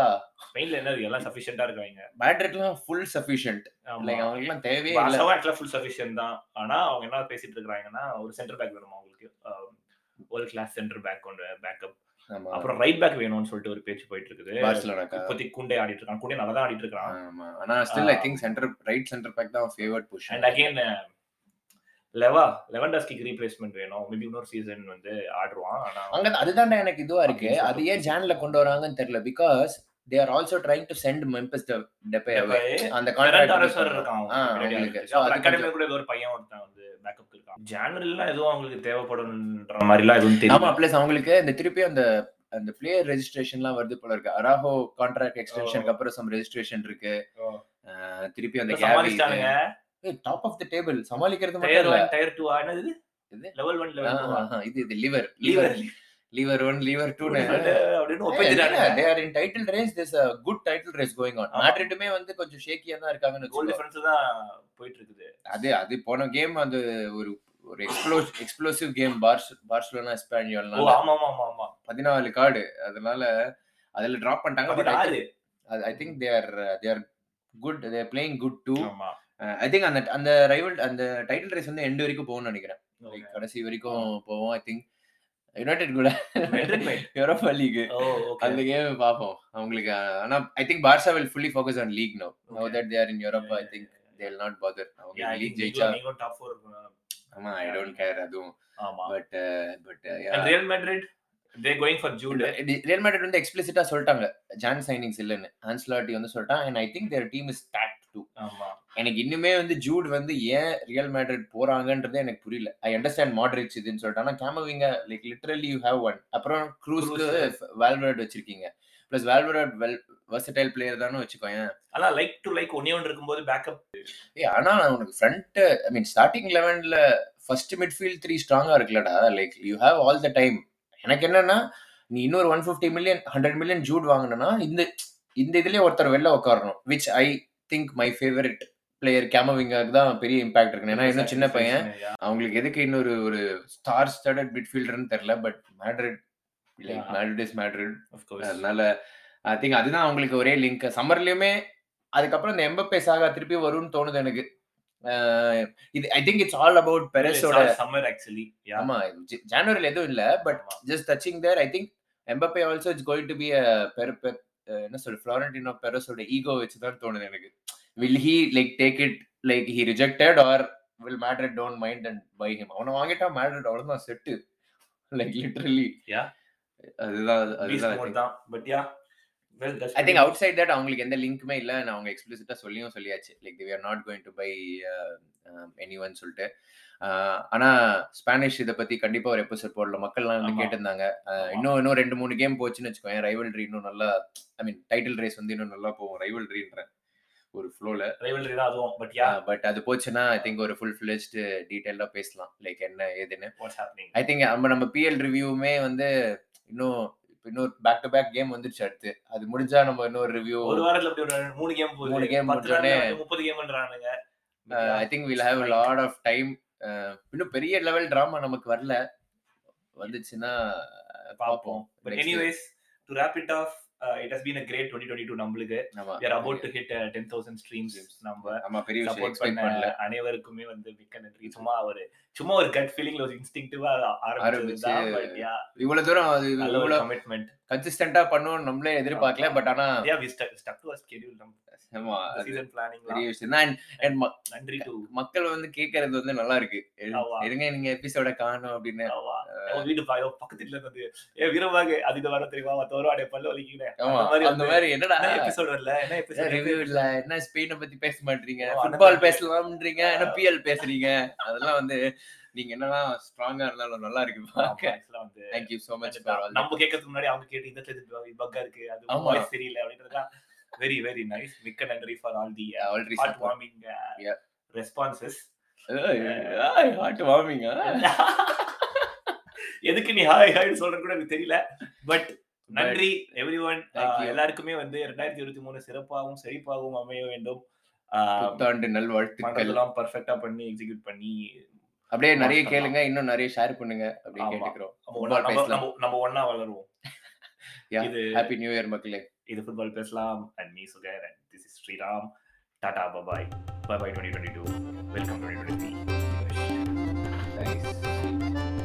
[SPEAKER 1] மெயின்ல என்ன இருக்கு? எல்லாம் சஃபிஷியன்டா இருக்காங்க
[SPEAKER 2] மேட்ரிட்லாம் ஃபுல் சஃபிஷியன்ட்
[SPEAKER 1] ஆமா.
[SPEAKER 2] லைக் அவங்களுக்கு எல்லாம் தேவையே இல்லை
[SPEAKER 1] பார்சாவும் actually full sufficient தான் ஆனா அவங்க என்ன பேசிட்டு இருக்காங்கன்னா ஒரு சென்டர் பேக் வேணுமா அவங்களுக்கு வேர்ல்ட் கிளாஸ் சென்டர் பேக் கொண்டு பேக்கப்
[SPEAKER 2] ஆமா
[SPEAKER 1] அப்புறம் ரைட் பேக் வேணும்னு சொல்லிட்டு ஒரு பேச்சு போயிட்டு இருக்குது
[SPEAKER 2] பார்சலோனாக்கா
[SPEAKER 1] இப்போதைக்கு குண்டே ஆடிட்டு இருக்கான் குண்டே நல்லா தான் ஆடிட்டு இருக்கான்
[SPEAKER 2] ஆமா ஆனா still I
[SPEAKER 1] ah.
[SPEAKER 2] Think centre right centre back தான் favourite push
[SPEAKER 1] and again Lewa லெவன்டாஸ்கிக்கு ரீப்ளேஸ்மெண்ட் வேணும் மேபி இன்னொரு சீசன் வந்து ஆடுவான் ஆனா
[SPEAKER 2] அங்க அதுதான்டா எனக்கு இதுவா இருக்கு
[SPEAKER 1] அப்படின்னு
[SPEAKER 2] அது ஏன் ஜான்ல கொண்டு வராங்கன்னு தெரியல because they are also trying to send Memphis Depay அந்த
[SPEAKER 1] Ferran
[SPEAKER 2] contract
[SPEAKER 1] Torres வேற
[SPEAKER 2] பண்ணி-
[SPEAKER 1] இருக்கான்
[SPEAKER 2] ஆ,
[SPEAKER 1] பின்னாடி
[SPEAKER 2] அவங்களுக்கு.
[SPEAKER 1] ஆடிட்டு.
[SPEAKER 2] So,
[SPEAKER 1] அப்புறம்
[SPEAKER 2] அது
[SPEAKER 1] academy ல கூட ஏதோ ஒரு பையன் ஒருத்தன் வந்து பேக்கப் இருக்கான் ஜான்வரிலாம் எதுவும் அவங்களுக்கு தேவைப்படும்ன்ற மாதிரிலாம் எதுவும்
[SPEAKER 2] ஆமா
[SPEAKER 1] தெரியும்
[SPEAKER 2] பிளஸ் அவங்களுக்கு இந்த திருப்பி அந்த அந்த பிளேயர் ரெஜிஸ்ட்ரேஷன்லாம் வருது போல இருக்கு அராஹோ கான்ட்ராக்ட் எக்ஸ்டென்ஷனுக்கு அப்புறம் சம் ரெஜிஸ்ட்ரேஷன் இருக்கு அஹ், திருப்பி அந்த
[SPEAKER 1] சமாளிச்சானுங்க
[SPEAKER 2] டாப் ஆஃப் தி டேபிள் சமாளிக்கிறது மட்டும்
[SPEAKER 1] டயர்
[SPEAKER 2] இல்ல
[SPEAKER 1] ஒன் டயர் டூ என்னது
[SPEAKER 2] இது?
[SPEAKER 1] லெவல் ஒன்
[SPEAKER 2] ஆ,
[SPEAKER 1] லெவல் டூ
[SPEAKER 2] ஆஹா, இது இது liver
[SPEAKER 1] lever
[SPEAKER 2] liver liver one liver two
[SPEAKER 1] அப்படின்னு ஒப்பிச்சிட்டாங்க
[SPEAKER 2] they are in title race this good title race going on
[SPEAKER 1] ஆமா.
[SPEAKER 2] மேட்ரிட்டுமே வந்து கொஞ்சம் ஷேக்கியா தான் இருக்காங்கன்னு
[SPEAKER 1] கோல்
[SPEAKER 2] வச்சுக்கோ.
[SPEAKER 1] டிஃபரன்ஸ் தான் போயிட்டு இருக்குது
[SPEAKER 2] அது அது போன கேம் அந்த ஒரு ஒரு எக்ஸ்ப்ளோஸ் எக்ஸ்ப்ளோசிவ் கேம் பார்ஸ் பார்சலோனா
[SPEAKER 1] ஓ
[SPEAKER 2] ஸ்பானியல்னால
[SPEAKER 1] ஆமா ஆமா ஆமா ஆமா
[SPEAKER 2] பதினாலு கார்டு அதனால அதுல டிராப் பண்ணிட்டாங்க பட்
[SPEAKER 1] ஆறு
[SPEAKER 2] I think they are they are good they are playing good too
[SPEAKER 1] ஆமா
[SPEAKER 2] ஐ திங்க் Uh, அந்த அந்த ரைவல் அந்த டைட்டில் ரேஸ் வந்து எண்டு வரைக்கும் போகும்னு நினைக்கிறேன் Like, கடைசி வரைக்கும் போவோம் ஐ திங்க் யுனைடெட் கூட [laughs]
[SPEAKER 1] மெட்ரிட் மேட்
[SPEAKER 2] யூரோப்பா லீக்
[SPEAKER 1] ஓ
[SPEAKER 2] [laughs]
[SPEAKER 1] ஓகே
[SPEAKER 2] அந்த கேம் பார்ப்போம் அவங்களுக்கு ஆனா I think Barça will fully focus on league no no
[SPEAKER 1] Okay.
[SPEAKER 2] That they are in Europa I think they will not bother அவங்க league ஜெயிச்சா
[SPEAKER 1] top 4
[SPEAKER 2] ஆமா I don't care அதுவும் uh,
[SPEAKER 1] ஆமா
[SPEAKER 2] but but
[SPEAKER 1] Real Madrid they going for Jude
[SPEAKER 2] Real Madrid வந்து எக்ஸ்பிளிசிட்டா சொல்லிட்டாங்க Jan signings இல்லைன்னு Ancelotti வந்து சொல்லிட்டான் and I think their team is stacked too
[SPEAKER 1] ஆமா
[SPEAKER 2] எனக்கு இன்னுமே வந்து ஜூட் வந்து ஏன் ரியல் மேட்ரிட் போறாங்கன்றது எனக்கு புரியல ஐ அண்டர்ஸ்டாண்ட் மாட்ரிச் இதுன்னு சொல்லிட்டாங்க Camavinga like literally you have one அப்புறம் க்ரூஸ்க்கு வேல்வர்ட் வச்சிருக்கீங்க plus Valverde well versatile player தானே வச்சுக்கோங்க
[SPEAKER 1] ஆனா லைக் டு லைக் ஒன்னே ஒன்று இருக்கும்போது பேக்கப்
[SPEAKER 2] ஏய் ஆனா நான் உனக்கு ஃப்ரண்ட் ஐ மீன் ஸ்டார்டிங் லெவன்ல ஃபர்ஸ்ட் மிட்ஃபீல்ட் த்ரீ ஸ்ட்ராங்கா இருக்குல்லடா like you have all the time எனக்கு என்னன்னா நீ இன்னொரு one fifty million hundred million Jude வாங்கினா இந்த இந்த இதுலயே ஒருத்தர் வெளில உட்காரணும் which I think my favourite player கேமவிங்காக்கு தான் பெரிய இம்பாக்ட் இருக்கு ஏன்னா இன்னும் சின்ன பையன் அவங்களுக்கு எதுக்கு இன்னொரு ஒரு ஸ்டார் ஸ்டடட் மிட்ஃபீல்டர்னு தெரியல but Madrid like
[SPEAKER 1] Yeah.
[SPEAKER 2] Madrid is Madrid
[SPEAKER 1] of course
[SPEAKER 2] அதனால ஐ திங்க் அதுதான் அவங்களுக்கு ஒரே லிங்க் சம்மர்லயுமே அதுக்கப்புறம் இந்த எம்பப்பே சாகா திருப்பி வரும்னு தோணுது எனக்கு அஹ் இது I think it's all about பெரஸோட
[SPEAKER 1] சம்மர் ஆக்சுவலி யா
[SPEAKER 2] ஆமா ஜ- ஜனவரில எதுவும் இல்ல but just touching there I think Mbappe also it's going to be பெர் பெர்- அஹ் என்ன சொல்ற ஃபிளாரண்டினோ பெரஸோட ஈகோ வச்சு தான் தோணுது எனக்கு will he like take it like he rejected or will Madrid don't mind and buy him அவனை வாங்கிட்டா மேட்ரிட் அவ்வளவுதான் செட்டு லைக் லிட்டரலி
[SPEAKER 1] Yeah.
[SPEAKER 2] அதுதான் அதுதான் I think.
[SPEAKER 1] பீஸ் தான் but yeah well that's
[SPEAKER 2] I think outside that அவங்களுக்கு எந்த லிங்க்குமே இல்லை நான் அவங்க எக்ஸ்பிளிசிட்டா சொல்லியும் சொல்லியாச்சு like we are not going to buy any one uh, um, சொல்லிட்டு ஆஹ் ஆனா ஸ்பானிஷ் இதை பத்தி கண்டிப்பா ஒரு எபிசோட் போடல மக்கள்லாம் வந்து
[SPEAKER 1] ஆமா.
[SPEAKER 2] கேட்டிருந்தாங்க ஆஹ்
[SPEAKER 1] ஆமா.
[SPEAKER 2] இன்னும் இன்னும் ரெண்டு மூணு கேம் போச்சுன்னு வச்சுக்கோங்க ரைவல்ரி இன்னும் நல்லா ஐ மீன் டைட்டில் ரேஸ் வந்து இன்னும் நல்லா போகும் ரைவல்ரின்ற ஒரு ஃப்ளோல
[SPEAKER 1] ரைவல்ரி தான் அதுவும் பட் யா
[SPEAKER 2] பட் அது போச்சுன்னா ஐ திங்க் ஒரு ஃபுல் ஃபிளெஸ்டு டீட்டெயிலா பேசலாம் லைக் என்ன ஏதுன்னு
[SPEAKER 1] வாட்ஸ் ஹேப்பனிங்
[SPEAKER 2] ஐ திங்க் நம்ம நம்ம பிஎல் ரிவ்யூவுமே வந்து இன்னும் இப்ப இன்னும் பேக் டு பேக் கேம் வந்துருச்சு அடுத்து அது முடிஞ்சா நம்ம இன்னொரு ரிவ்யூ
[SPEAKER 1] ஒரு வாரத்துல அப்படி ஒரு மூணு கேம் போகுது
[SPEAKER 2] மூணு game
[SPEAKER 1] பத்து நாள்ல
[SPEAKER 2] முடிஞ்சோடனே-
[SPEAKER 1] வந்து முப்பது கேம்ன்றானுங்க
[SPEAKER 2] I think will have
[SPEAKER 1] Right.
[SPEAKER 2] Lot of time Uh, இன்னும் பெரிய லெவல் ட்ராமா நமக்கு வரல வந்துச்சுன்னா
[SPEAKER 1] பார்ப்போம் but
[SPEAKER 2] Uh, Next year.
[SPEAKER 1] Anyways to wrap it off it has been a great twenty twenty two நம்மளுக்கு
[SPEAKER 2] ஆமா
[SPEAKER 1] we are about to hit uh, 10,000 streams
[SPEAKER 2] Streams.
[SPEAKER 1] நம்ம
[SPEAKER 2] ஆமா பெரிய விஷயம்
[SPEAKER 1] சப்போர்ட்
[SPEAKER 2] எக்ஸ்பெக்ட்
[SPEAKER 1] பண்ண
[SPEAKER 2] பண்ணல
[SPEAKER 1] அனைவருக்குமே வந்து மிக்க நன்றி சும்மா ஒரு சும்மா ஒரு கட் ஃபீலிங்ல ஒரு இன்ஸ்டிங்டிவா ஆரம்பிச்சது
[SPEAKER 2] ஆரம்பிச்சு, இவ்வளவு தூரம் அது
[SPEAKER 1] நல்ல ஒரு
[SPEAKER 2] இவ்வளவு
[SPEAKER 1] கமிட்மெண்ட்
[SPEAKER 2] கன்சிஸ்டன்டா பண்ணுவோம் நம்மளே எதிர்பார்க்கல
[SPEAKER 1] ஆமா.
[SPEAKER 2] பட் ஆனா
[SPEAKER 1] yeah we stuck to a schedule நம்ம
[SPEAKER 2] ஆமா அது
[SPEAKER 1] சீசன்
[SPEAKER 2] பெரிய
[SPEAKER 1] பிளானிங்
[SPEAKER 2] விஷயம் தான் And- and ம-
[SPEAKER 1] நன்றி டு
[SPEAKER 2] மக்கள் வந்து கேக்குறது வந்து நல்லா இருக்கு எ-
[SPEAKER 1] ஆமா.
[SPEAKER 2] இருங்க நீங்க எபிசோட காணும் அப்படின்னு
[SPEAKER 1] வீடு பா- அவன் பக்கத்துல இருந்து வந்து, ஏ வீரமாக அது வர தெரியுமா மத்த வரும் அடைய பல்ல வலிக்கிறேன்
[SPEAKER 2] ஆமா
[SPEAKER 1] அந்த மாதிரி
[SPEAKER 2] அந்த
[SPEAKER 1] வந்து-
[SPEAKER 2] மாதிரி என்னடா
[SPEAKER 1] என்ன எபிசோட் வரல என்ன
[SPEAKER 2] ரிவ்யூ
[SPEAKER 1] எபிசோட்
[SPEAKER 2] இல்ல என்ன ஸ்பெயினை பத்தி பேச மாட்டீங்க
[SPEAKER 1] ஓ, அந்த
[SPEAKER 2] ஃபுட்பால்
[SPEAKER 1] மாதிரி.
[SPEAKER 2] பேசலாம்ன்றீங்க என்ன பிஎல் பேசுறீங்க அதெல்லாம் வந்து நீங்க என்னன்னா ஸ்ட்ராங்கா இருந்தாலும் நல்லா இருக்கு பாக்க
[SPEAKER 1] வந்து
[SPEAKER 2] thank you so much for all
[SPEAKER 1] நம்ம கேட்கறதுக்கு முன்னாடி அவங்க கேட்டு இந்த பக்கா இருக்கு அது
[SPEAKER 2] ஆமா.
[SPEAKER 1] வாய்ஸ் தெரியல அப்படின்றதா வெரி வெரி நைஸ் மிக்க நன்றி for all the
[SPEAKER 2] already
[SPEAKER 1] heart warming
[SPEAKER 2] Yeah.
[SPEAKER 1] Responses
[SPEAKER 2] heart warming
[SPEAKER 1] [laughs] எதுக்கு நீ ஹாய் ஹாய்னு சொல்றது கூட எனக்கு தெரியல பட் நன்றி எவ்ரி ஒன்
[SPEAKER 2] Thank you.
[SPEAKER 1] எல்லாருக்குமே வந்து ரெண்டாயிரத்தி இருபத்தி மூணு சிறப்பாகவும் செழிப்பாகவும் அமைய வேண்டும் ஆஹ்,
[SPEAKER 2] புத்தாண்டு நல்வாழ்த்துக்கள்
[SPEAKER 1] பண்றதெல்லாம் பர்ஃபெக்டா பண்ணி எக்ஸிக்யூட் பண்ணி
[SPEAKER 2] அப்படியே நிறைய
[SPEAKER 1] ஆமா.
[SPEAKER 2] கேளுங்க இன்னும் நிறைய ஷேர் பண்ணுங்க அப்படின்னு
[SPEAKER 1] ஆமா.
[SPEAKER 2] கேட்டுக்கிறோம்
[SPEAKER 1] நம்ம ஒண்ணா-
[SPEAKER 2] Football
[SPEAKER 1] நம்ம-
[SPEAKER 2] பேசலாம்.
[SPEAKER 1] நம்ம- நம்ம ஒன்னா வளருவோம்
[SPEAKER 2] Yeah.
[SPEAKER 1] இது
[SPEAKER 2] ஹாப்பி நியூ இயர் மக்களே
[SPEAKER 1] இது ஃபுட்பால் பேசலாம் and me sugar and this is Sriram tata bye bye bye bye twenty twenty two welcome twenty twenty
[SPEAKER 2] Thanks.